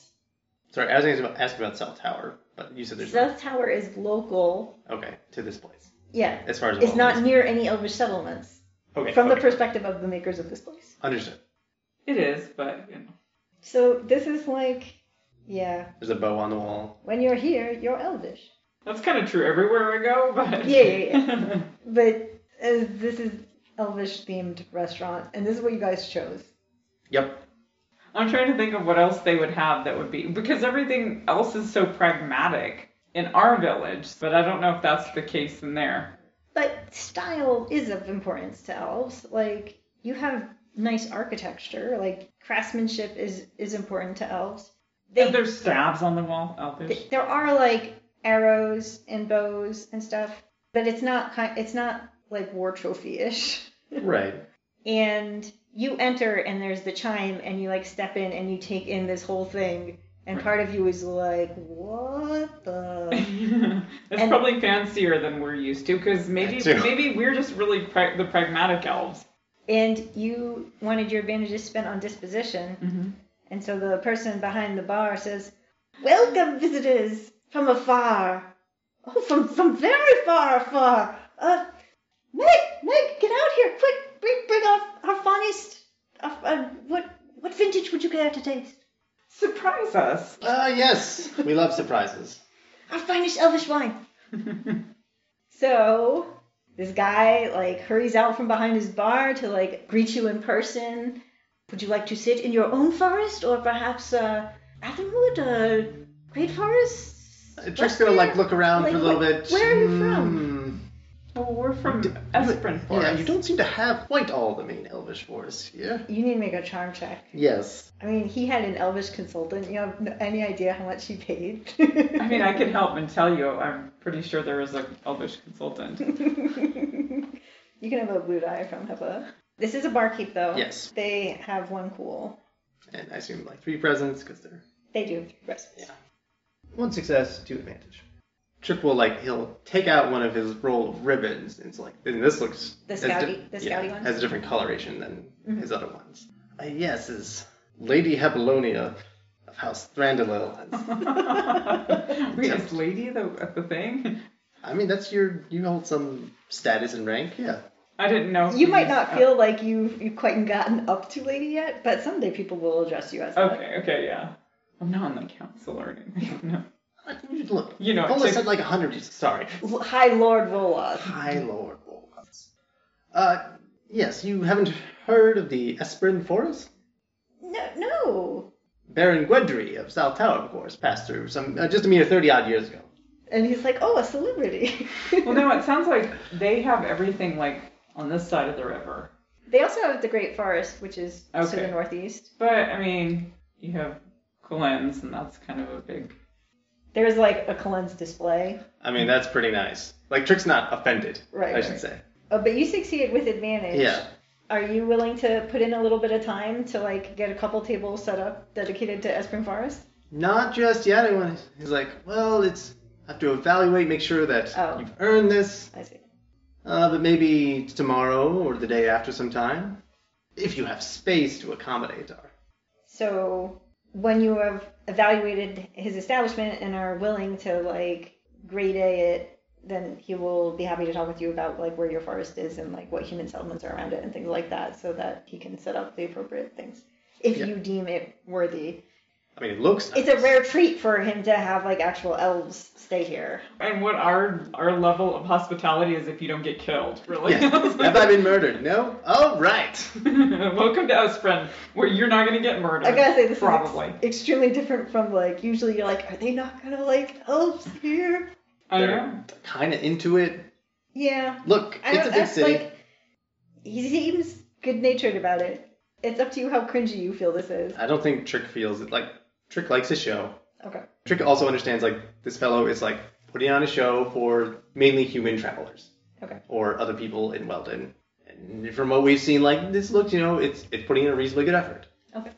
Speaker 3: Sorry, I was asking about, asking about cell tower, but you said there's
Speaker 4: South Tower is local.
Speaker 3: no. Okay, to this place.
Speaker 4: Yeah.
Speaker 3: As far as
Speaker 4: It's
Speaker 3: all
Speaker 4: not
Speaker 3: this-
Speaker 4: near any elvish settlements
Speaker 3: okay,
Speaker 4: from the
Speaker 3: okay.
Speaker 4: perspective of the makers of this place.
Speaker 3: Understood.
Speaker 2: It is, but you know.
Speaker 4: So this is like, yeah,
Speaker 3: There's a bow on the wall.
Speaker 4: when you're here, you're elvish.
Speaker 2: That's kind of true everywhere I go, but
Speaker 4: Yeah, yeah, But uh, this is elvish themed restaurant, and this is what you guys chose.
Speaker 3: Yep.
Speaker 2: I'm trying to think of what else they would have that would be because everything else is so pragmatic in our village, but I don't know if that's the case in there.
Speaker 4: But style is of importance to elves. Like you have nice architecture. Like craftsmanship is is important to elves. They,
Speaker 2: If there's stabs on the wall, elfish.
Speaker 4: th- there are like arrows and bows and stuff, but it's not kind. It's not like war trophy ish.
Speaker 3: Right.
Speaker 4: and you enter and there's the chime and you like step in and you take in this whole thing and
Speaker 2: Right.
Speaker 4: part of you is like what the
Speaker 2: it's
Speaker 4: And-
Speaker 2: probably fancier than we're used to because maybe
Speaker 3: That too.
Speaker 2: maybe we're just really pra- the pragmatic elves.
Speaker 4: and you wanted your advantages spent on disposition
Speaker 3: Mm-hmm.
Speaker 4: and so the person behind the bar says welcome visitors from afar oh from from very far afar uh meg meg get out here quick bring bring our, our finest our, uh, what what vintage would you care to taste
Speaker 2: Surprise us.
Speaker 3: Ah, yes. We love surprises.
Speaker 4: our finest elvish wine So this guy like hurries out from behind his bar to like greet you in person. Would you like to sit in your own forest or perhaps uh, Atherwood, uh, Great Forest?
Speaker 3: Trick's gonna like look around
Speaker 4: Like,
Speaker 3: for a little
Speaker 4: wh-
Speaker 3: bit.
Speaker 4: where are you from?
Speaker 3: Hmm.
Speaker 2: well, we're from
Speaker 3: D-
Speaker 2: Esperin
Speaker 3: Yeah, you
Speaker 2: Forest.
Speaker 3: don't seem to have quite all the main elvish forests here.
Speaker 4: You need to make a charm check.
Speaker 3: Yes.
Speaker 4: I mean, he had an elvish consultant. You have n- any idea how much he paid?
Speaker 2: I mean, I can help and tell you. I'm pretty sure there is an elvish consultant.
Speaker 4: you can have a blue die from Hippa. This is a barkeep, though.
Speaker 3: Yes.
Speaker 4: They have one cool.
Speaker 3: And I assume like three presents because they're
Speaker 4: They do have three recipes.
Speaker 3: one success, two advantage. Trick will like he'll take out one of his roll of ribbons. And it's like and this looks
Speaker 4: The
Speaker 3: has
Speaker 4: scouty- the
Speaker 3: yeah,
Speaker 4: scouty Mm-hmm. one?
Speaker 3: has a different coloration than his other ones. Uh, yes, is Lady Hepalonia of House Thranduil.
Speaker 2: Wait, is lady the the thing?
Speaker 3: I mean, that's your you hold some status and rank. Yeah.
Speaker 2: I didn't know. if
Speaker 4: You
Speaker 2: we
Speaker 4: might
Speaker 2: used-
Speaker 4: not feel like you've you quite gotten up to lady yet, but someday people will address you as that.
Speaker 2: Okay, okay, yeah. I'm not on the council or anything. No.
Speaker 3: Uh, Look,
Speaker 2: You know, it
Speaker 3: Vola
Speaker 2: took-
Speaker 3: said like a hundred. Sorry.
Speaker 4: L- High Lord Voloth.
Speaker 3: High Lord Volvox. Uh, yes, you haven't heard of the Esperin Forest?
Speaker 4: No, no.
Speaker 3: Baron Gwendry of South Tower, of course, passed through some uh, just a mere 30 odd years ago.
Speaker 4: And he's like, oh, a celebrity.
Speaker 2: Well, no, it sounds like they have everything like on this side of the river.
Speaker 4: they also have the Great Forest, which is to the
Speaker 2: Okay.
Speaker 4: northeast.
Speaker 2: But I mean, you have Glens, and that's kind of a big.
Speaker 4: There's like a cleanse display.
Speaker 3: I mean, that's pretty nice. Like, Trick's not offended,
Speaker 4: Right,
Speaker 3: I should
Speaker 4: right.
Speaker 3: say.
Speaker 4: Oh, but you succeeded with advantage.
Speaker 3: Yeah.
Speaker 4: Are you willing to put in a little bit of time to like get a couple tables set up dedicated to Esprin Forest?
Speaker 3: Not just yet. I want. He's like, well, it's have to evaluate, make sure that
Speaker 4: Oh.
Speaker 3: you've earned this,
Speaker 4: I see.
Speaker 3: uh, but maybe tomorrow or the day after sometime, if you have space to accommodate our
Speaker 4: So when you have evaluated his establishment and are willing to like grade A it, then he will be happy to talk with you about like where your forest is and like what human settlements are around it and things like that, so that he can set up the appropriate things if
Speaker 3: Yeah.
Speaker 4: you deem it worthy.
Speaker 3: I mean, it looks.
Speaker 4: It's a
Speaker 3: nice.
Speaker 4: rare treat for him to have like actual elves stay here.
Speaker 2: And what our our level of hospitality is if you don't get killed, really.
Speaker 3: Yes. Have I been murdered? No? All right.
Speaker 2: Welcome to Esperin, where you're not gonna get murdered.
Speaker 4: I gotta say this
Speaker 2: probably.
Speaker 4: is ex- extremely different from like usually you're like, are they not gonna like elves here?
Speaker 2: I know.
Speaker 3: They're kind of into it.
Speaker 4: Yeah,
Speaker 3: Look,
Speaker 4: I
Speaker 3: it's a
Speaker 4: don't,
Speaker 3: big
Speaker 4: that's
Speaker 3: city.
Speaker 4: like he seems good natured about it. It's up to you how cringy you feel this is.
Speaker 3: I don't think Trick feels it. Like Trick likes his show.
Speaker 4: Okay.
Speaker 3: Trick also understands like this fellow is like putting on a show for mainly human travelers
Speaker 4: Okay.
Speaker 3: or other people in Weldon. And from what we've seen, like this looks, you know, it's it's putting in a reasonably good effort.
Speaker 4: Okay.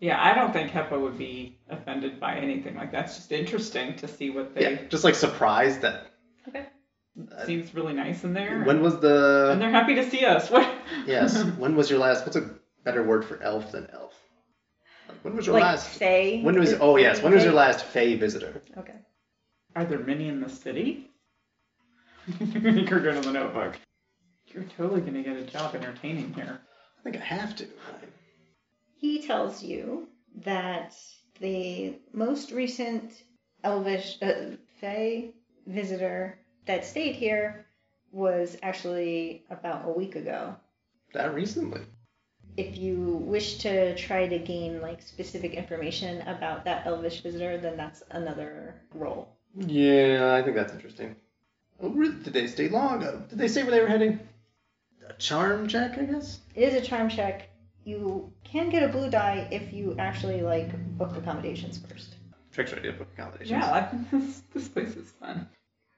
Speaker 2: Yeah, I don't think Hepa would be offended by anything like that. It's just interesting to see what they.
Speaker 3: Yeah, just like surprised that
Speaker 4: Okay.
Speaker 2: seems really nice in there.
Speaker 3: When was
Speaker 2: and
Speaker 3: the
Speaker 2: they're happy to see us. What?
Speaker 3: yes? When was your last? What's a better word for elf than elf? Like, when was your
Speaker 4: like
Speaker 3: last?
Speaker 4: say.
Speaker 3: When was oh yes? When was your
Speaker 4: Fae?
Speaker 3: last Fey visitor?
Speaker 4: Okay.
Speaker 2: Are there many in the city? You're going to the notebook. You're totally going to get a job entertaining here.
Speaker 3: I think I have to.
Speaker 4: He tells you that the most recent elvish uh, Fey visitor that stayed here was actually about a week ago.
Speaker 3: That recently.
Speaker 4: If you wish to try to gain like specific information about that elvish visitor, then that's another role.
Speaker 3: Yeah, I think that's interesting. Oh, really? Did they stay long? Uh, Did they say where they were heading? A charm check, I guess.
Speaker 4: It is a charm check. You can get a blue die if you actually like book accommmodations first.
Speaker 3: Tricks right, book accommodations.
Speaker 2: Yeah, I think this, this place is fun.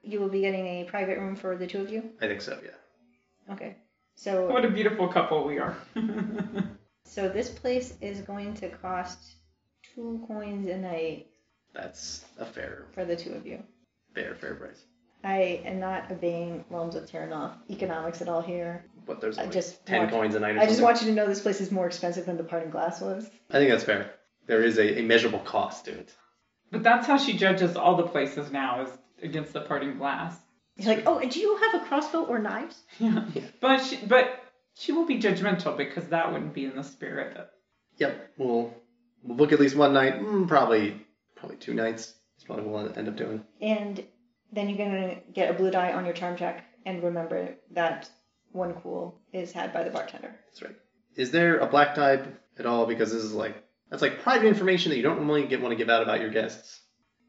Speaker 4: You will be getting a private room for the two of you.
Speaker 3: I think so. Yeah.
Speaker 4: Okay. So
Speaker 2: What a beautiful couple we are.
Speaker 4: So this place is going to cost two coins a night
Speaker 3: That's a fair,
Speaker 4: for the two of you.
Speaker 3: fair, fair price.
Speaker 4: I am not obeying realms of Terranoff economics at all here.
Speaker 3: But there's
Speaker 4: I
Speaker 3: only
Speaker 4: just
Speaker 3: ten
Speaker 4: want-
Speaker 3: coins a night. Or
Speaker 4: I just
Speaker 3: something.
Speaker 4: want you to know this place is more expensive than the parting glass was.
Speaker 3: I think that's fair. There is a, a measurable cost to it.
Speaker 2: but that's how she judges all the places now is against the parting glass.
Speaker 4: You're like, oh, and do you have a crossbow or knives?
Speaker 2: Yeah.
Speaker 3: Yeah.
Speaker 2: But she, but she will be judgmental because that wouldn't be in the spirit. That,
Speaker 3: Yep. We'll we'll book at least one night. Mm, probably probably two nights. Is probably what we'll end up doing.
Speaker 4: And then you're gonna get a blue die on your charm check and remember that one cool is had by the bartender.
Speaker 3: That's right. Is there a black type at all? Because this is like that's like private information that you don't normally get, want to give out about your guests.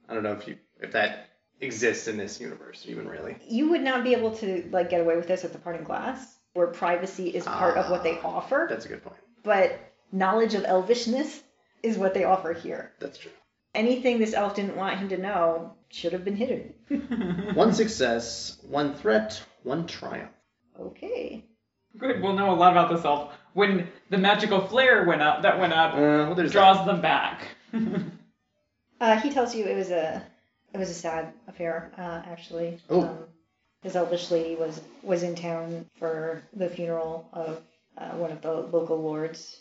Speaker 3: I don't know if you if that exists in this universe even really.
Speaker 4: You would not be able to like get away with this at the parting glass, where privacy is part of what they
Speaker 3: Ah,
Speaker 4: offer.
Speaker 3: That's a good point.
Speaker 4: but knowledge of elvishness is what they offer here.
Speaker 3: That's true.
Speaker 4: Anything this elf didn't want him to know should have been hidden.
Speaker 3: One success, one threat, one triumph.
Speaker 4: Okay.
Speaker 2: good, we'll know a lot about this elf when the magical flare went up. That went
Speaker 3: Uh,
Speaker 2: up
Speaker 3: well, there's that.
Speaker 2: draws them back.
Speaker 4: Uh, he tells you it was a it was a sad affair, uh, actually.
Speaker 3: Oh.
Speaker 4: this elvish lady was was in town for the funeral of uh, one of the local lords,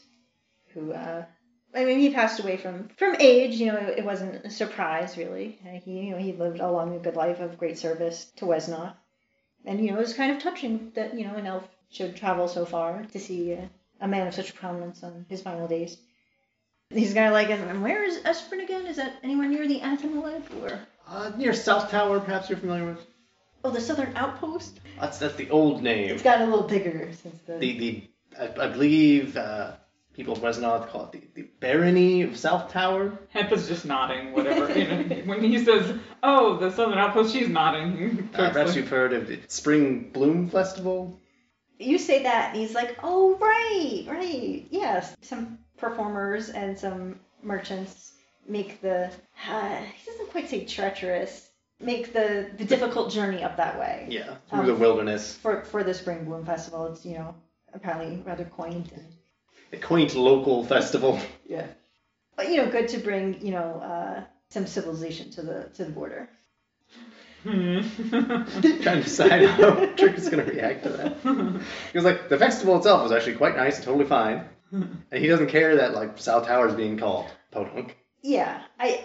Speaker 4: who uh, I mean he passed away from from age. You know it, it wasn't a surprise really. Uh, he you know he lived a long and good life of great service to Wesnoth, and you know it was kind of touching that you know an elf should travel so far to see uh, a man of such prominence on his final days. He's kind of like, and where is Esprin again? Is that anywhere near the Athenolib or
Speaker 3: Uh, near South Tower, perhaps you're familiar with.
Speaker 4: oh the southern outpost?
Speaker 3: That's that's the old name.
Speaker 4: It's gotten a little bigger since the
Speaker 3: The the I, I believe uh, people of Wesnoth call it the, the barony of South Tower.
Speaker 2: Hempa's just nodding, whatever. You know, when he says, "Oh, the Southern Outpost," she's nodding.
Speaker 3: Uh, perhaps you've heard of the Spring Bloom Festival.
Speaker 4: You say that, and he's like, "Oh, right, right, yes." Some performers and some merchants make the uh, he doesn't quite say treacherous, make the the difficult journey up that way
Speaker 3: Yeah, through
Speaker 4: Um,
Speaker 3: the wilderness,
Speaker 4: for for the Spring Bloom Festival. It's you know apparently rather quaint and
Speaker 3: the quaint local festival.
Speaker 4: yeah, but you know good to bring you know uh, some civilization to the to the border.
Speaker 2: "Hmm."
Speaker 3: Trying to decide how Trick is going to react to that. Because like the festival itself was actually quite nice, totally fine, and he doesn't care that like South Tower is being called podunk.
Speaker 4: Yeah, I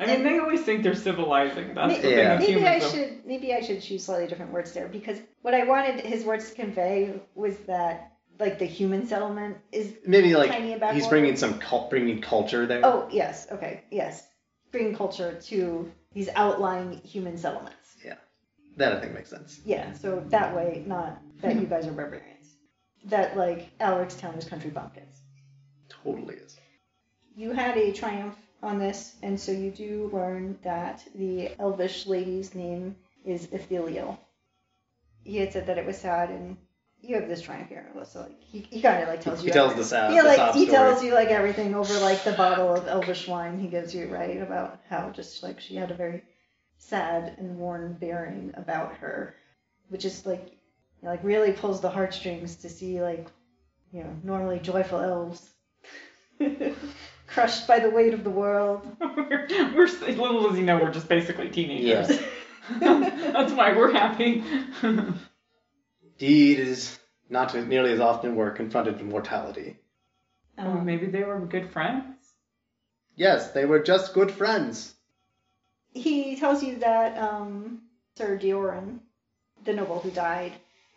Speaker 2: I mean, they always think they're civilizing. That's
Speaker 4: May-
Speaker 2: the thing
Speaker 3: Yeah.
Speaker 2: with
Speaker 4: Maybe I
Speaker 2: humans. though.
Speaker 4: should maybe I should choose slightly different words there because what I wanted his words to convey was that like the human settlement is
Speaker 3: Maybe like
Speaker 4: Tiny about
Speaker 3: he's
Speaker 4: water.
Speaker 3: bringing some cult, bringing culture there.
Speaker 4: oh yes okay yes bringing culture to these outlying human settlements
Speaker 3: That I think makes sense.
Speaker 4: yeah so that way not that you guys are barbarians that like Alex Town is country bumpkins
Speaker 3: Totally is.
Speaker 4: you had a triumph on this and so you do learn that the elvish lady's name is Ithiliel. He had said that it was sad and you have this triumph here so like he, he kind of like tells
Speaker 3: He
Speaker 4: you
Speaker 3: tells the
Speaker 4: everything.
Speaker 3: sound.
Speaker 4: he
Speaker 3: Uh, the
Speaker 4: like
Speaker 3: sob
Speaker 4: he
Speaker 3: story.
Speaker 4: tells you like everything over like the bottle of elvish wine he gives you right about how just like she had a very sad and worn bearing about her which is like you know, like really pulls the heartstrings to see like you know normally joyful elves crushed by the weight of the world
Speaker 2: we're, we're a little does he know we're just basically teenagers.
Speaker 3: Yeah.
Speaker 2: That's why we're happy.
Speaker 3: Deed is not as nearly as often we're confronted with mortality.
Speaker 4: Um,
Speaker 2: or Oh, maybe they were good friends.
Speaker 3: Yes, they were just good friends.
Speaker 4: he tells you that um, Sir Dioran, the noble who died,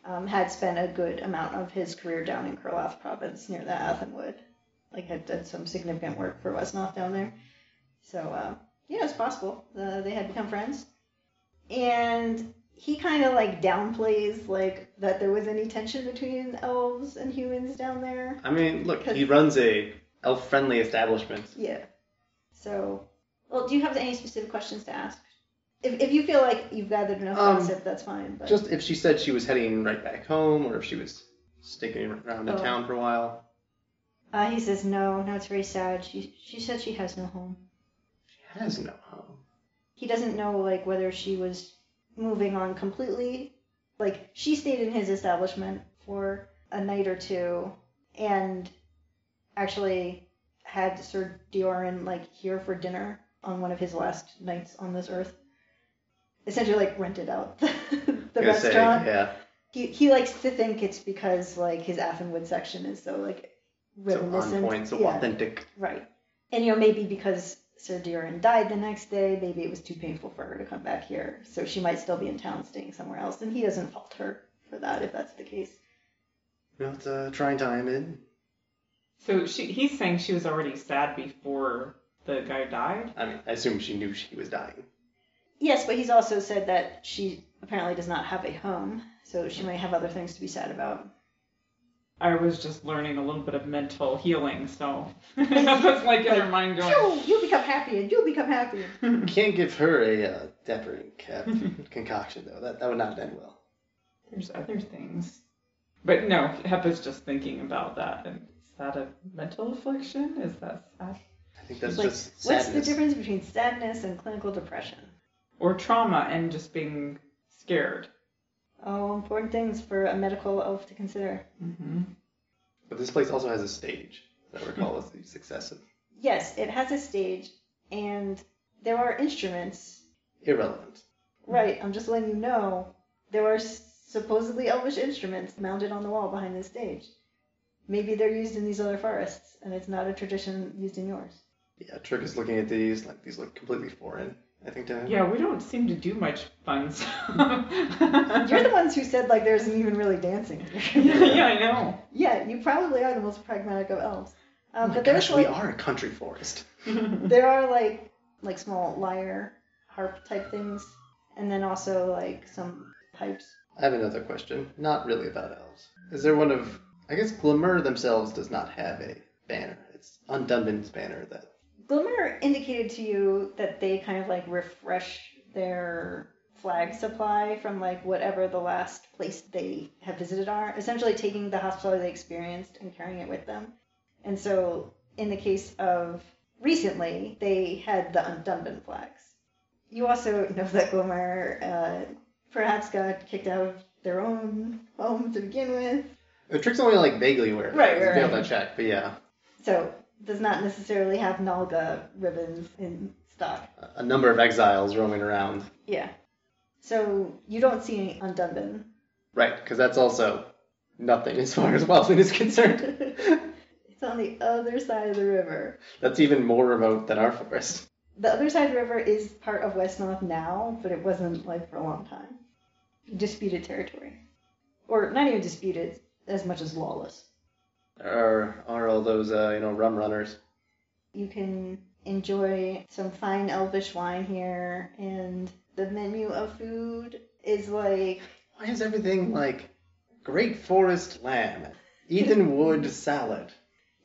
Speaker 4: um, had spent a good amount of his career down in Kurlath province near the Athen Wood. Like, had done some significant work for Westnoth down there. So, uh, yeah, it's possible. Uh, they had become friends. And he kind of, like, downplays, like, that there was any tension between elves and humans down there.
Speaker 3: I mean, look, he runs a elf-friendly establishment.
Speaker 4: Yeah. So, well, do you have any specific questions to ask? If, if you feel like you've gathered enough
Speaker 3: Um,
Speaker 4: gossip, that's fine. But
Speaker 3: Just if she said she was heading right back home, or if she was sticking around in
Speaker 4: Oh.
Speaker 3: town for a while.
Speaker 4: uh, he says no. No, it's very sad. She she said she has no home.
Speaker 3: She has no home.
Speaker 4: He doesn't know like whether she was moving on completely. Like she stayed in his establishment for a night or two, and actually had Sir Dioran like here for dinner on one of his last nights on this earth. Essentially, like rented out the, the
Speaker 3: Gonna say,
Speaker 4: restaurant.
Speaker 3: yeah.
Speaker 4: he he likes to think it's because like his Athenwood section is so like
Speaker 3: So
Speaker 4: reminiscent.
Speaker 3: on point, so
Speaker 4: yeah,
Speaker 3: authentic.
Speaker 4: right. And you know maybe because Sir Duran died the next day, maybe it was too painful for her to come back here, so she might still be in town staying somewhere else, and he doesn't fault her for that if that's the case.
Speaker 3: You know, it's a trying time, and
Speaker 2: So she, he's saying she was already sad before the guy died.
Speaker 3: I mean, I assume she knew she was dying.
Speaker 4: Yes, but he's also said that she apparently does not have a home, so she might have other things to be sad about.
Speaker 2: I was just learning a little bit of mental healing, so I was like in her mind going.
Speaker 4: Phew, you become happy and you become happy.
Speaker 3: You can't give her a uh, depressing cap concoction though. That that would not end well.
Speaker 2: There's other things. But no, Hepa's just thinking about that. And is that a mental affliction? Is that sad?
Speaker 3: I think that's
Speaker 4: like,
Speaker 3: just
Speaker 4: what's
Speaker 3: sadness.
Speaker 4: the difference between sadness and clinical depression?
Speaker 2: Or trauma and just being scared.
Speaker 4: Oh, important things for a medical elf to consider.
Speaker 2: Mm-hmm.
Speaker 3: But this place also has a stage that I recall was the success of
Speaker 4: Yes, it has a stage, and there are instruments.
Speaker 3: irrelevant.
Speaker 4: Right, I'm just letting you know there are supposedly elvish instruments mounted on the wall behind this stage. Maybe they're used in these other forests, and it's not a tradition used in yours.
Speaker 3: Yeah, Trick is looking at these like these look completely foreign. I think to him.
Speaker 2: Yeah, we don't seem to do much fun stuff.
Speaker 4: You're the ones who said like there isn't even really dancing.
Speaker 2: yeah, yeah, I know.
Speaker 4: yeah, you probably are the most pragmatic of elves. Um,
Speaker 3: Oh my
Speaker 4: but there's
Speaker 3: gosh, we
Speaker 4: like
Speaker 3: are a country forest.
Speaker 4: there are like like small lyre harp type things, and then also like some pipes.
Speaker 3: I have another question, not really about elves. Is there one of I guess Glimmer themselves does not have a banner. It's Undunman's banner that
Speaker 4: Glimmer indicated to you that they kind of like refresh their flag supply from like whatever the last place they have visited are, essentially taking the hospital they experienced and carrying it with them. And so, in the case of recently, they had the Undunban flags. You also know that Glimmer uh, perhaps got kicked out of their own home to begin with,
Speaker 3: Uh, Trick's only like vaguely aware. of it.
Speaker 4: Right,
Speaker 3: He's
Speaker 4: right,
Speaker 3: failed
Speaker 4: right.
Speaker 3: that check, but yeah.
Speaker 4: so does not necessarily have Nalga ribbons in stock.
Speaker 3: a- A number of exiles roaming around.
Speaker 4: Yeah. So you don't see any Undunban.
Speaker 3: Right, because that's also nothing as far as Wellsland is concerned.
Speaker 4: it's on the other side of the river.
Speaker 3: that's even more remote than our forest.
Speaker 4: The other side of the river is part of West North now, but it wasn't like for a long time. Disputed territory. Or not even disputed, as much as lawless.
Speaker 3: Are are all those uh, you know rum runners?
Speaker 4: You can enjoy some fine elvish wine here, and the menu of food is like
Speaker 3: Why is everything like Great Forest Lamb, Ethan Wood Salad?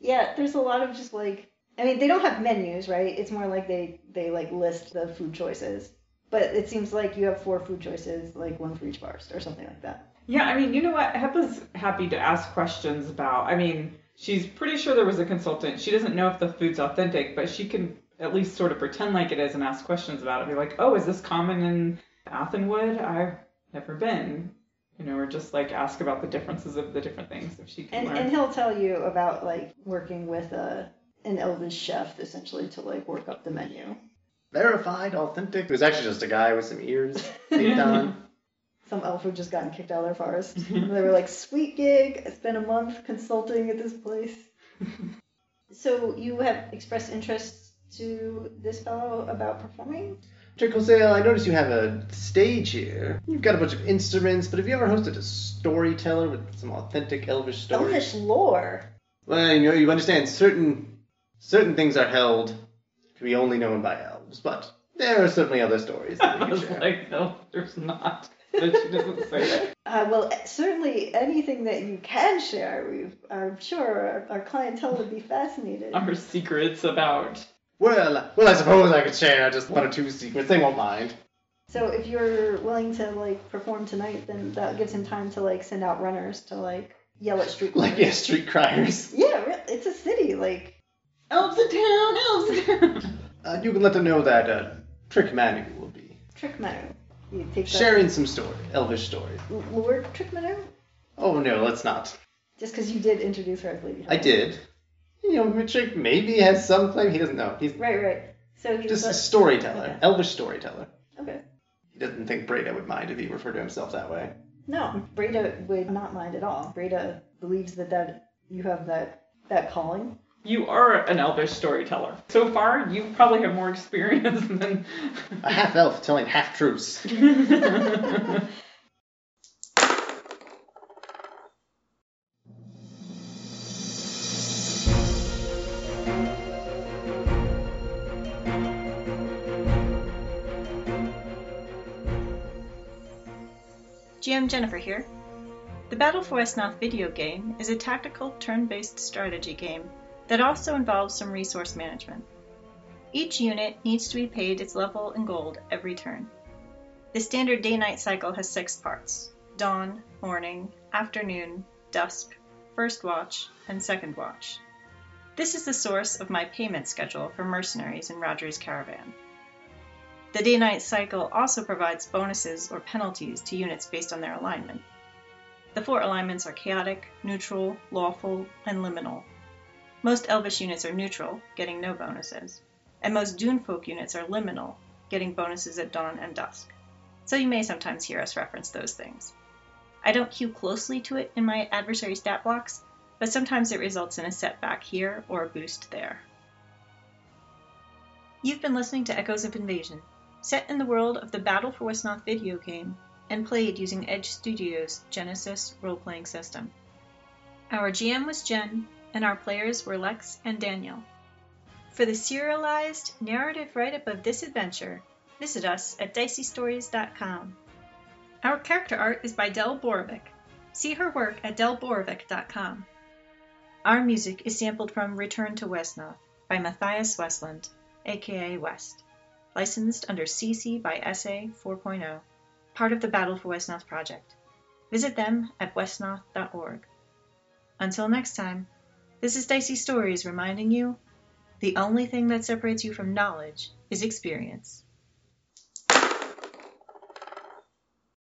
Speaker 4: Yeah, there's a lot of just like I mean, they don't have menus, right? It's more like they they like list the food choices. But it seems like you have four food choices, like one for each barst or something like that.
Speaker 2: Yeah, I mean, you know what? Hepa's happy to ask questions about. I mean, she's pretty sure there was a consultant. She doesn't know if the food's authentic, but she can at least sort of pretend like it is and ask questions about it. Be like, oh, is this common in Athenwood? I've never been. You know, or just like ask about the differences of the different things if she can
Speaker 4: And
Speaker 2: learn.
Speaker 4: and he'll tell you uh, about like working with a an elvish chef essentially to like work up the menu.
Speaker 3: verified, authentic. It was actually just a guy with some ears taped on.
Speaker 4: Some elf who'd just gotten kicked out of their forest. And they were like, sweet gig. I spent a month consulting at this place.
Speaker 5: So you have expressed interest to this fellow about performing?
Speaker 3: Trickle Sale, I notice you have a stage here. You've got a bunch of instruments, but have you ever hosted a storyteller with some authentic elvish stories?
Speaker 4: Elvish lore.
Speaker 3: Well, you know, you understand certain certain things are held to be only known by elves, but there are certainly other stories that
Speaker 2: I
Speaker 3: we can
Speaker 2: was
Speaker 3: share.
Speaker 2: like, no, there's not. But she doesn't say that.
Speaker 4: Uh, well, certainly anything that you can share, we I'm sure our, our clientele would be fascinated.
Speaker 2: Our secrets about.
Speaker 3: Well, well, I suppose I could share just one or two secrets. They won't mind.
Speaker 4: So if you're willing to like perform tonight, then that gives him time to like send out runners to like yell at street
Speaker 3: Like, yeah,
Speaker 4: corners.
Speaker 3: street criers.
Speaker 4: yeah, re- it's a city. Like
Speaker 5: Elves in town, elves in town.
Speaker 3: Uh, you can let them know that uh, Trick Manu will be
Speaker 4: trick meadow. You take
Speaker 3: sharing some story, elvish stories.
Speaker 4: that l- lure trick meadow.
Speaker 3: Oh no, let's not.
Speaker 4: Just because you did introduce her as Lady.
Speaker 3: I
Speaker 4: Helen.
Speaker 3: did. You know, Trick maybe has some claim. He doesn't know. He's
Speaker 4: Right, right. So he
Speaker 3: just a
Speaker 4: was
Speaker 3: storyteller,
Speaker 4: Okay.
Speaker 3: elvish storyteller.
Speaker 4: like, okay.
Speaker 3: He doesn't think Breda would mind if he referred to himself that way.
Speaker 4: No, Breda would not mind at all. Breda believes that that you have that that calling.
Speaker 2: You are an elvish storyteller. So far, you probably have more experience than.
Speaker 3: A half elf telling half truths.
Speaker 1: GM Jennifer here. The Battle for Westnoth video game is a tactical turn based strategy game that also involves some resource management. Each unit needs to be paid its level in gold every turn. The standard day night cycle has six parts dawn, morning, afternoon, dusk, first watch, and second watch. This is the source of my payment schedule for mercenaries in Roger's Caravan. The day night cycle also provides bonuses or penalties to units based on their alignment. The four alignments are chaotic, neutral, lawful, and liminal. Most elvish units are neutral, getting no bonuses, and most Dunefolk units are liminal, getting bonuses at dawn and dusk. So you may sometimes hear us reference those things. I don't hew closely to it in my adversary stat blocks, but sometimes it results in a setback here or a boost there. You've been listening to Echoes of Invasion, set in the world of the Battle for Westnoth video game and played using Edge Studios' Genesis role playing system. Our GM was Jen, and our players were Lex and Daniel. For the serialized narrative write up of this adventure, visit us at diceystories.com. Our character art is by Del Borovic. See her work at delborovic.com. Our music is sampled from Return to Westnoth by Matthias Westland, aka West licensed under CC by SA 4.0, oh, part of the Battle for Westnoth project. Visit them at westnoth.org. Until next time, this is Dicey Stories reminding you the only thing that separates you from knowledge is experience.